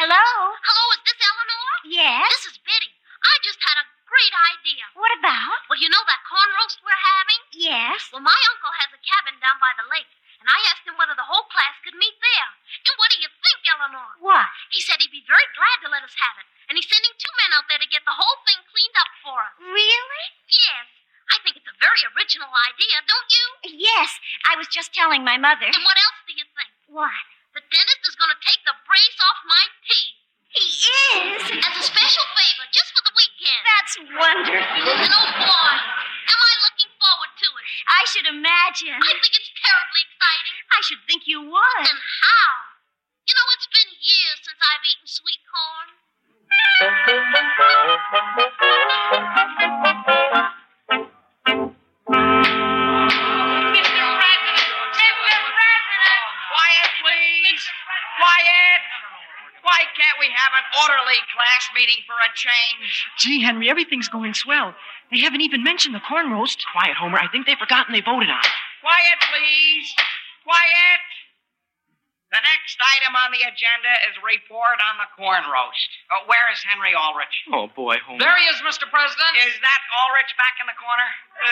Speaker 22: Hello?
Speaker 21: Hello, is this Eleanor?
Speaker 22: Yes?
Speaker 21: This is Biddy. I just had a great idea.
Speaker 22: What about?
Speaker 21: Well, you know that corn roast we're having?
Speaker 22: Yes?
Speaker 21: Well, my uncle has a cabin down by the lake, and I asked him whether the whole class could meet there. And what do you think, Eleanor?
Speaker 22: What?
Speaker 21: He said he'd be very glad to let us have it, and he's sending two men out there to get the whole thing cleaned up for us.
Speaker 22: Really?
Speaker 21: Yes. I think it's a very original idea, don't you?
Speaker 22: Yes, I was just telling my mother.
Speaker 21: And what else do you think?
Speaker 22: What?
Speaker 21: The dentist is going to take the brace off my teeth.
Speaker 22: He is?
Speaker 21: As a special favor, just for the weekend.
Speaker 22: That's wonderful.
Speaker 21: And oh boy, am I looking forward to it.
Speaker 22: I should imagine.
Speaker 21: I think it's terribly exciting.
Speaker 22: I should think you would.
Speaker 21: And how? You know, it's been years since I've eaten sweet corn.
Speaker 19: Quiet, please. Quiet. Why can't we have an orderly class meeting for a change?
Speaker 13: Gee, Henry, everything's going swell. They haven't even mentioned the corn roast. Quiet, Homer. I think they've forgotten they voted on it.
Speaker 19: Quiet, please. Quiet. The next item on the agenda is report on the corn roast. Uh, where is Henry Ulrich?
Speaker 14: Oh, boy, Homer.
Speaker 5: There he is, Mr. President.
Speaker 19: Is that Ulrich back in the corner?
Speaker 15: Uh,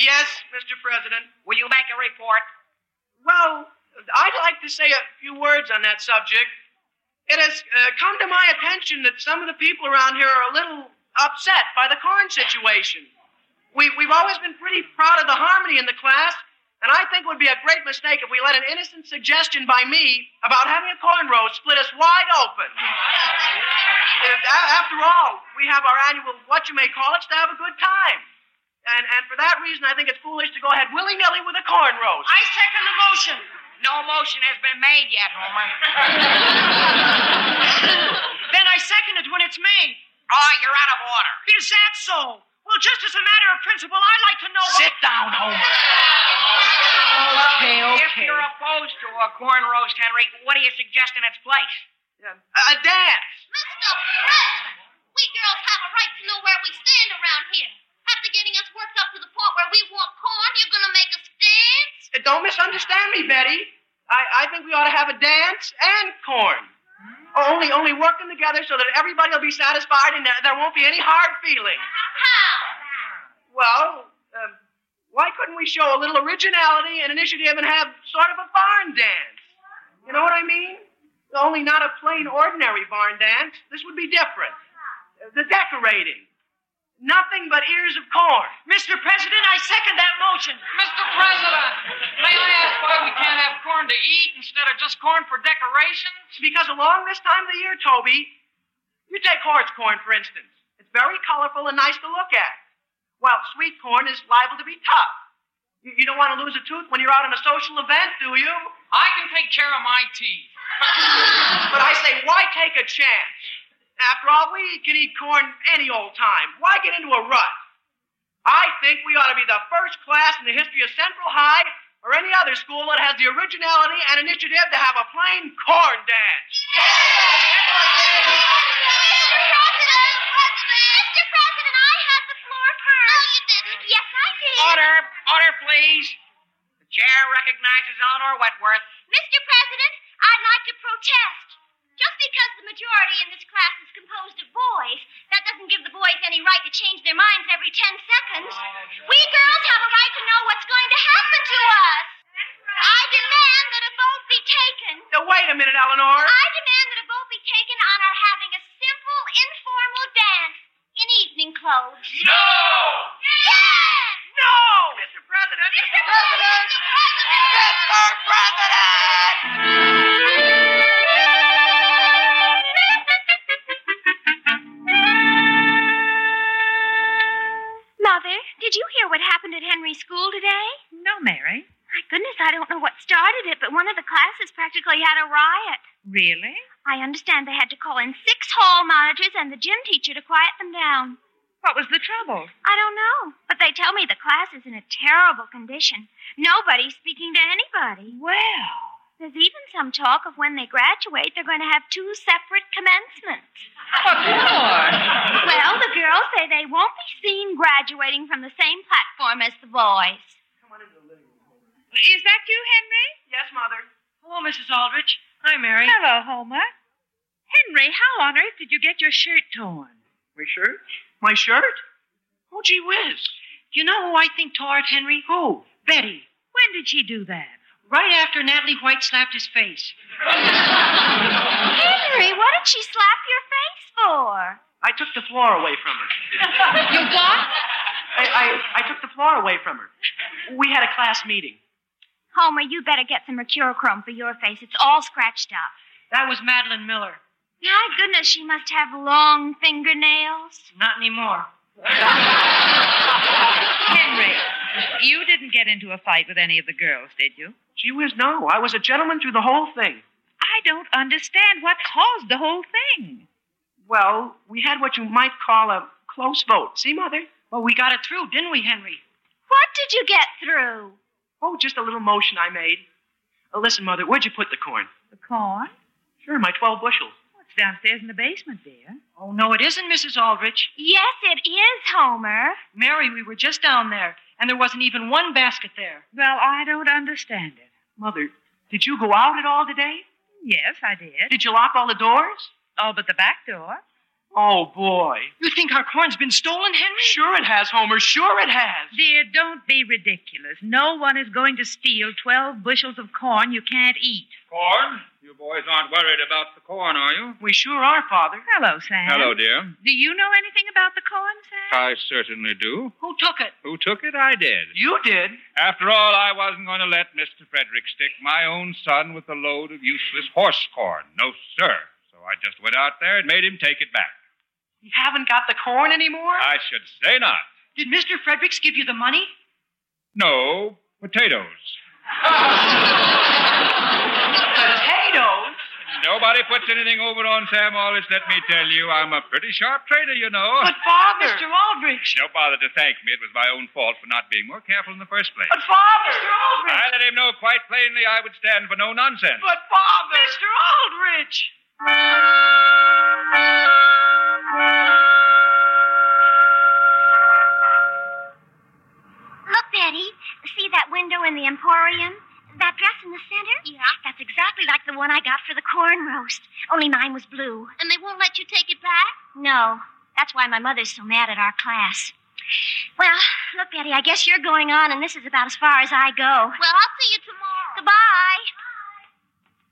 Speaker 15: yes, Mr. President.
Speaker 19: Will you make a report?
Speaker 15: Well, I'd like to say a few words on that subject. It has uh, come to my attention that some of the people around here are a little upset by the corn situation. We, we've always been pretty proud of the harmony in the class, and I think it would be a great mistake if we let an innocent suggestion by me about having a corn roast split us wide open. If- a- after all, we have our annual what you may call it to have a good time. And, and for that reason, I think it's foolish to go ahead willy nilly with a corn roast.
Speaker 19: I second the motion. No motion has been made yet, Homer.
Speaker 13: Then I second it when it's made.
Speaker 19: Oh, you're out of order.
Speaker 13: Is that so? Well, just as a matter of principle, I'd like to know.
Speaker 19: Sit down, Homer.
Speaker 13: Okay,
Speaker 19: If
Speaker 13: okay.
Speaker 19: you're opposed to a corn roast, Henry, what do you suggest in its place?
Speaker 15: A dance.
Speaker 21: Mr. President, we girls have a right to know where we stand around here. After getting us worked up to the point where we want corn, you're going to make us dance?
Speaker 15: Uh, Don't misunderstand me, Betty. I, I think we ought to have a dance and corn. O- Only, only work them together so that everybody will be satisfied and there, there won't be any hard feelings. Well, um, why couldn't we show a little originality and initiative and have sort of a barn dance? You know what I mean? Only not a plain, ordinary barn dance. This would be different. Uh, The decorating. Nothing but ears of corn.
Speaker 13: Mr. President, I second that motion.
Speaker 5: Mr. President, may I ask why we can't have corn to eat instead of just corn for decoration?
Speaker 15: It's because along this time of the year, Toby, you take horse corn, for instance. It's very colorful and nice to look at. While sweet corn is liable to be tough. You, you don't want to lose a tooth when you're out on a social event, do you?
Speaker 5: I can take care of my teeth.
Speaker 15: But I say, why take a chance? After all, we can eat corn any old time. Why get into a rut? I think we ought to be the first class in the history of Central High or any other school that has the originality and initiative to have a plain corn dance.
Speaker 24: Mr. President, I had the floor first. No, you didn't. Yes, I did.
Speaker 21: Order, order, please. The chair recognizes Eleanor Wentworth.
Speaker 24: Mr. President, I'd like to protest. Just because the majority in this class is composed of boys, that doesn't give the boys any right to change their minds every ten seconds. We girls have a right to know what's going to happen to us. I demand that a vote be taken.
Speaker 15: Now, wait a minute, Eleanor.
Speaker 24: I demand that a vote be taken on our having a simple, informal dance in evening clothes.
Speaker 21: No!
Speaker 24: Yes!
Speaker 15: No! Mr. President!
Speaker 24: Mr. President!
Speaker 21: Mr. President!
Speaker 24: Mother, did you hear what happened at Henry's school today?
Speaker 19: No, Mary.
Speaker 24: My goodness, I don't know what started it, but one of the classes practically had a riot.
Speaker 19: Really?
Speaker 24: I understand they had to call in six hall monitors and the gym teacher to quiet them down.
Speaker 19: What was the trouble?
Speaker 24: I don't know, but they tell me the class is in a terrible condition. Nobody's speaking to anybody.
Speaker 19: Well.
Speaker 24: There's even some talk of when they graduate, they're going to have two separate commencements.
Speaker 19: What for?
Speaker 24: Well, the girls say they won't be seen graduating from the same platform as the boys.
Speaker 19: Is that you, Henry?
Speaker 13: Yes, Mother. Hello,
Speaker 19: Oh,
Speaker 13: Mrs. Aldrich. Hi, Mary.
Speaker 19: Hello, Homer. Henry, how on earth did you get your shirt torn?
Speaker 13: My shirt? My shirt? Oh, gee whiz. You know who I think tore it, Henry? Who? Betty.
Speaker 19: When did she do that?
Speaker 13: Right after Natalie White slapped his face.
Speaker 24: Henry, what did she slap your face for?
Speaker 13: I took the floor away from her.
Speaker 24: You what?
Speaker 13: I, I, I took the floor away from her. We had a class meeting.
Speaker 24: Homer, you better get some mercurochrome for your face. It's all scratched up.
Speaker 13: That was Madeline Miller.
Speaker 24: My goodness, she must have long fingernails.
Speaker 13: Not anymore.
Speaker 19: Henry, you didn't get into a fight with any of the girls, did you?
Speaker 13: Gee whiz, no. I was a gentleman through the whole thing.
Speaker 19: I don't understand what caused the whole thing.
Speaker 13: Well, we had what you might call a close vote. See, Mother? Well, we got it through, didn't we, Henry?
Speaker 24: What did you get through?
Speaker 13: Oh, just a little motion I made. Uh, listen, Mother, where'd you put the corn?
Speaker 19: The corn?
Speaker 13: Sure, my 12 bushels.
Speaker 19: It's downstairs in the basement, dear.
Speaker 13: Oh, no, it isn't, Mrs. Aldrich.
Speaker 24: Yes, it is, Homer.
Speaker 13: Mary, we were just down there, and there wasn't even one basket there.
Speaker 19: Well, I don't understand it.
Speaker 13: Mother, did you go out at all today?
Speaker 19: Yes, I did.
Speaker 13: Did you lock all the doors?
Speaker 19: All but the back door.
Speaker 13: Oh, boy. You think our corn's been stolen, Henry? Sure it has, Homer. Sure it has.
Speaker 19: Dear, don't be ridiculous. No one is going to steal 12 bushels of corn you can't eat.
Speaker 18: Corn? You boys aren't worried about the corn, are you?
Speaker 13: We sure are, Father.
Speaker 19: Hello, Sam.
Speaker 18: Hello, dear.
Speaker 19: Do you know anything about the corn, Sam?
Speaker 18: I certainly do.
Speaker 13: Who took it?
Speaker 18: Who took it? I did.
Speaker 13: You did?
Speaker 18: After all, I wasn't going to let Mr. Frederick stick my own son with a load of useless horse corn. No, sir. So I just went out there and made him take it back.
Speaker 13: You haven't got the corn anymore?
Speaker 18: I should say not.
Speaker 13: Did Mr. Fredericks give you the money?
Speaker 18: No, potatoes.
Speaker 13: Potatoes?
Speaker 18: Nobody puts anything over on Sam Aldrich, let me tell you. I'm a pretty sharp trader, you know.
Speaker 13: But, Father. Mr. Aldrich.
Speaker 18: Don't bother to thank me. It was my own fault for not being more careful in the first place.
Speaker 13: But, Father. Mr. Aldrich.
Speaker 18: I let him know quite plainly I would stand for no nonsense.
Speaker 13: But, Father. Mr. Aldrich.
Speaker 24: Look, Betty. See that window in the Emporium? That dress in the center? Yeah. That's exactly like the one I got for the corn roast. Only mine was blue. And they won't let you take it back? No. That's why my mother's so mad at our class. Well, look, Betty, I guess you're going on, and this is about as far as I go. Well, I'll see you tomorrow. Goodbye.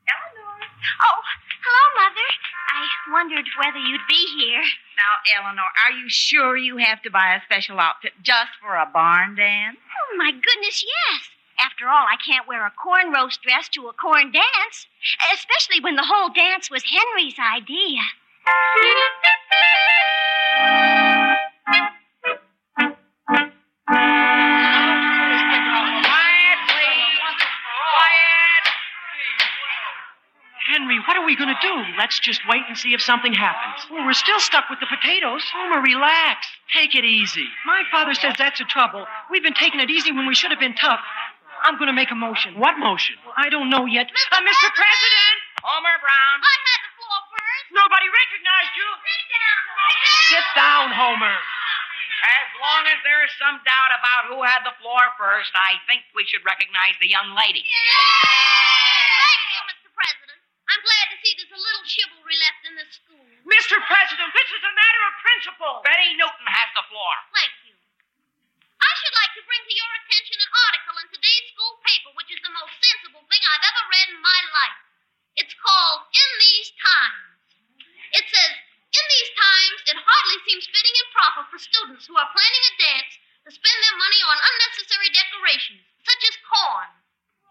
Speaker 19: Eleanor.
Speaker 24: Oh, hello, Mother. I wondered whether you'd be here.
Speaker 22: Now, Eleanor, are you sure you have to buy a special outfit just for a barn dance?
Speaker 24: Oh, my goodness, yes. After all, I can't wear a corn roast dress to a corn dance, especially when the whole dance was Henry's idea.
Speaker 22: Hmm?
Speaker 21: Quiet, please. Quiet.
Speaker 13: Henry, what are we going to do? Let's just wait and see if something happens. Well, we're still stuck with the potatoes. Homer, relax. Take it easy. My father says that's the trouble. We've been taking it easy when we should have been tough. I'm going to make a motion. What motion? I don't know yet. Uh, Mr. President!
Speaker 19: Homer Brown. I had the floor first. Nobody recognized you. Sit down.
Speaker 13: Sit down, Homer.
Speaker 19: As long as there is some doubt about who had the floor first, I think we should recognize the young lady.
Speaker 21: Thank you, Mr. President. I'm glad to see there's a little chivalry left in this school.
Speaker 19: Mr. President, this is a matter of principle. Betty Newton has the floor.
Speaker 21: Thank you. I should like to bring to your attention an article in today's school paper, which is the most sensible thing I've ever read in my life. It's called In These Times. It says, In these times, it hardly seems fitting and proper for students who are planning a dance to spend their money on unnecessary decorations, such as corn.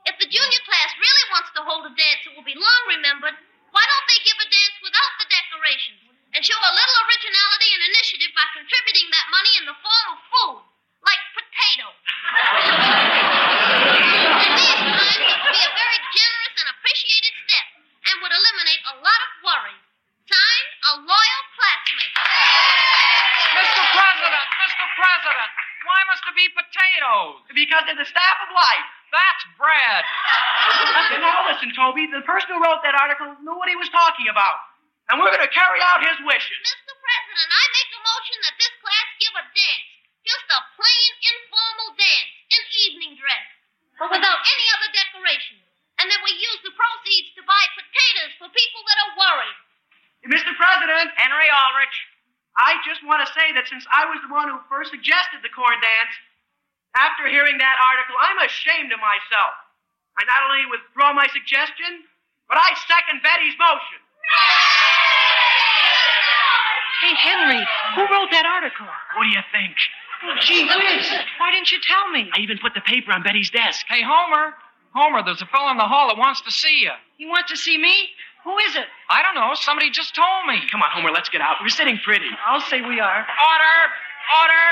Speaker 21: If the junior class really wants to hold a dance that will be long remembered, why don't they give a dance without the decorations and show a little originality and initiative by contributing that money in the form of food, like potatoes? and these times it would be a very generous and appreciated step and would eliminate a lot of worry. Signed, a loyal classmate.
Speaker 23: Mr. President, Mr. President, why must there be potatoes?
Speaker 13: Because they're the staff of life.
Speaker 23: That's bread.
Speaker 13: Listen, now listen, Toby. The person who wrote that article knew what he was talking about. And we're going to carry out his wishes.
Speaker 21: Mr. President, I make a motion that this class give a dance. Just a plain, informal dance in evening dress, but without any other decoration. And that we use the proceeds to buy potatoes for people that are worried.
Speaker 13: Mr. President.
Speaker 19: Henry Aldrich.
Speaker 13: I just want to say that since I was the one who first suggested the corn dance, after hearing that article, I'm ashamed of myself. I not only withdraw my suggestion, but I second Betty's motion. Hey, Henry, who wrote that article?
Speaker 15: What do you think?
Speaker 13: Oh, gee whiz. Why didn't you tell me?
Speaker 15: I even put the paper on Betty's desk.
Speaker 23: Hey, Homer. Homer, there's a fellow in the hall that wants to see you.
Speaker 13: He wants to see me? Who is it?
Speaker 23: I don't know. Somebody just told me.
Speaker 15: Come on, Homer, let's get out. We're sitting pretty.
Speaker 13: I'll say we are.
Speaker 19: Order, order.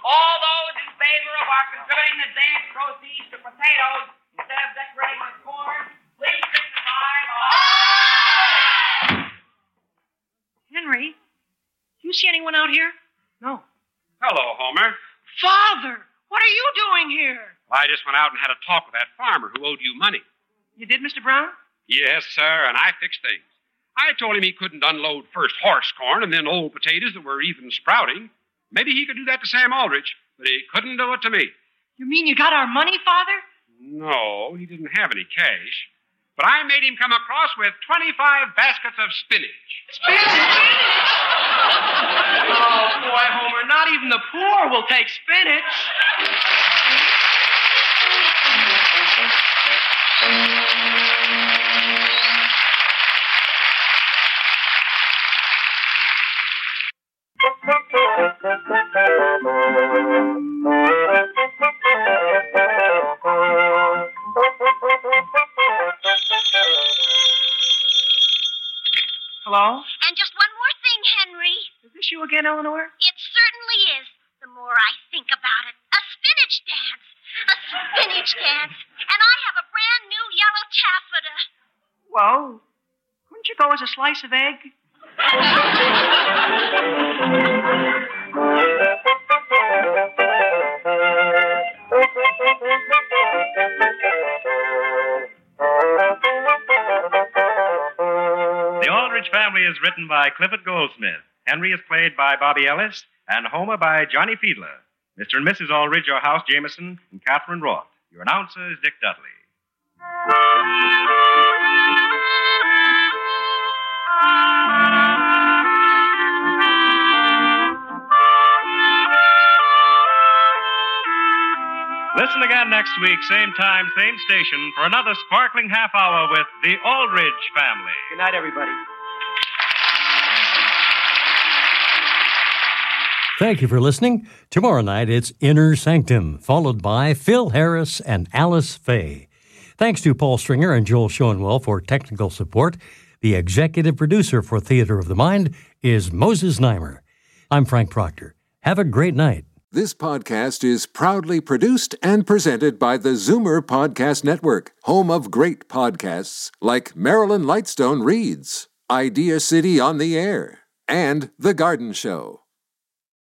Speaker 19: All those in favor of our converting the dance proceeds to potatoes instead of decorating with corn, please signify by...
Speaker 13: Henry, do you see anyone out here? No.
Speaker 1: Hello, Homer.
Speaker 13: Father, what are you doing here?
Speaker 1: I just went out and had a talk with that farmer who owed you money.
Speaker 13: You did, Mr. Brown?
Speaker 1: Yes, sir, and I fixed things. I told him he couldn't unload first horse corn and then old potatoes that were even sprouting. Maybe he could do that to Sam Aldrich, but he couldn't do it to me.
Speaker 13: You mean you got our money, Father?
Speaker 1: No, he didn't have any cash. But I made him come across with 25 baskets of spinach.
Speaker 13: Oh, boy, Homer, not even the poor will take spinach. Hello?
Speaker 21: And just one more thing, Henry.
Speaker 13: Is this you again, Eleanor?
Speaker 21: It certainly is. The more I think about it, a spinach dance. A spinach dance. And I have a brand new yellow taffeta.
Speaker 13: Well, couldn't you go as a slice of egg?
Speaker 14: The Aldrich Family is written by Clifford Goldsmith. Henry is played by Bobby Ellis, and Homer by Johnny Fiedler. Mr. and Mrs. Aldrich are House Jameson and Catherine Roth. Your announcer is Dick Dudley. Listen again next week, same time, same station, for another sparkling half hour with the Aldrich Family.
Speaker 13: Good night, everybody.
Speaker 2: Thank you for listening. Tomorrow night it's Inner Sanctum, followed by Phil Harris and Alice Faye. Thanks to Paul Stringer and Joel Schoenwell for technical support. The executive producer for Theater of the Mind is Moses Neimer. I'm Frank Proctor. Have a great night.
Speaker 10: This podcast is proudly produced and presented by the Zoomer Podcast Network, home of great podcasts like Marilyn Lightstone Reads, Idea City on the Air, and The Garden Show.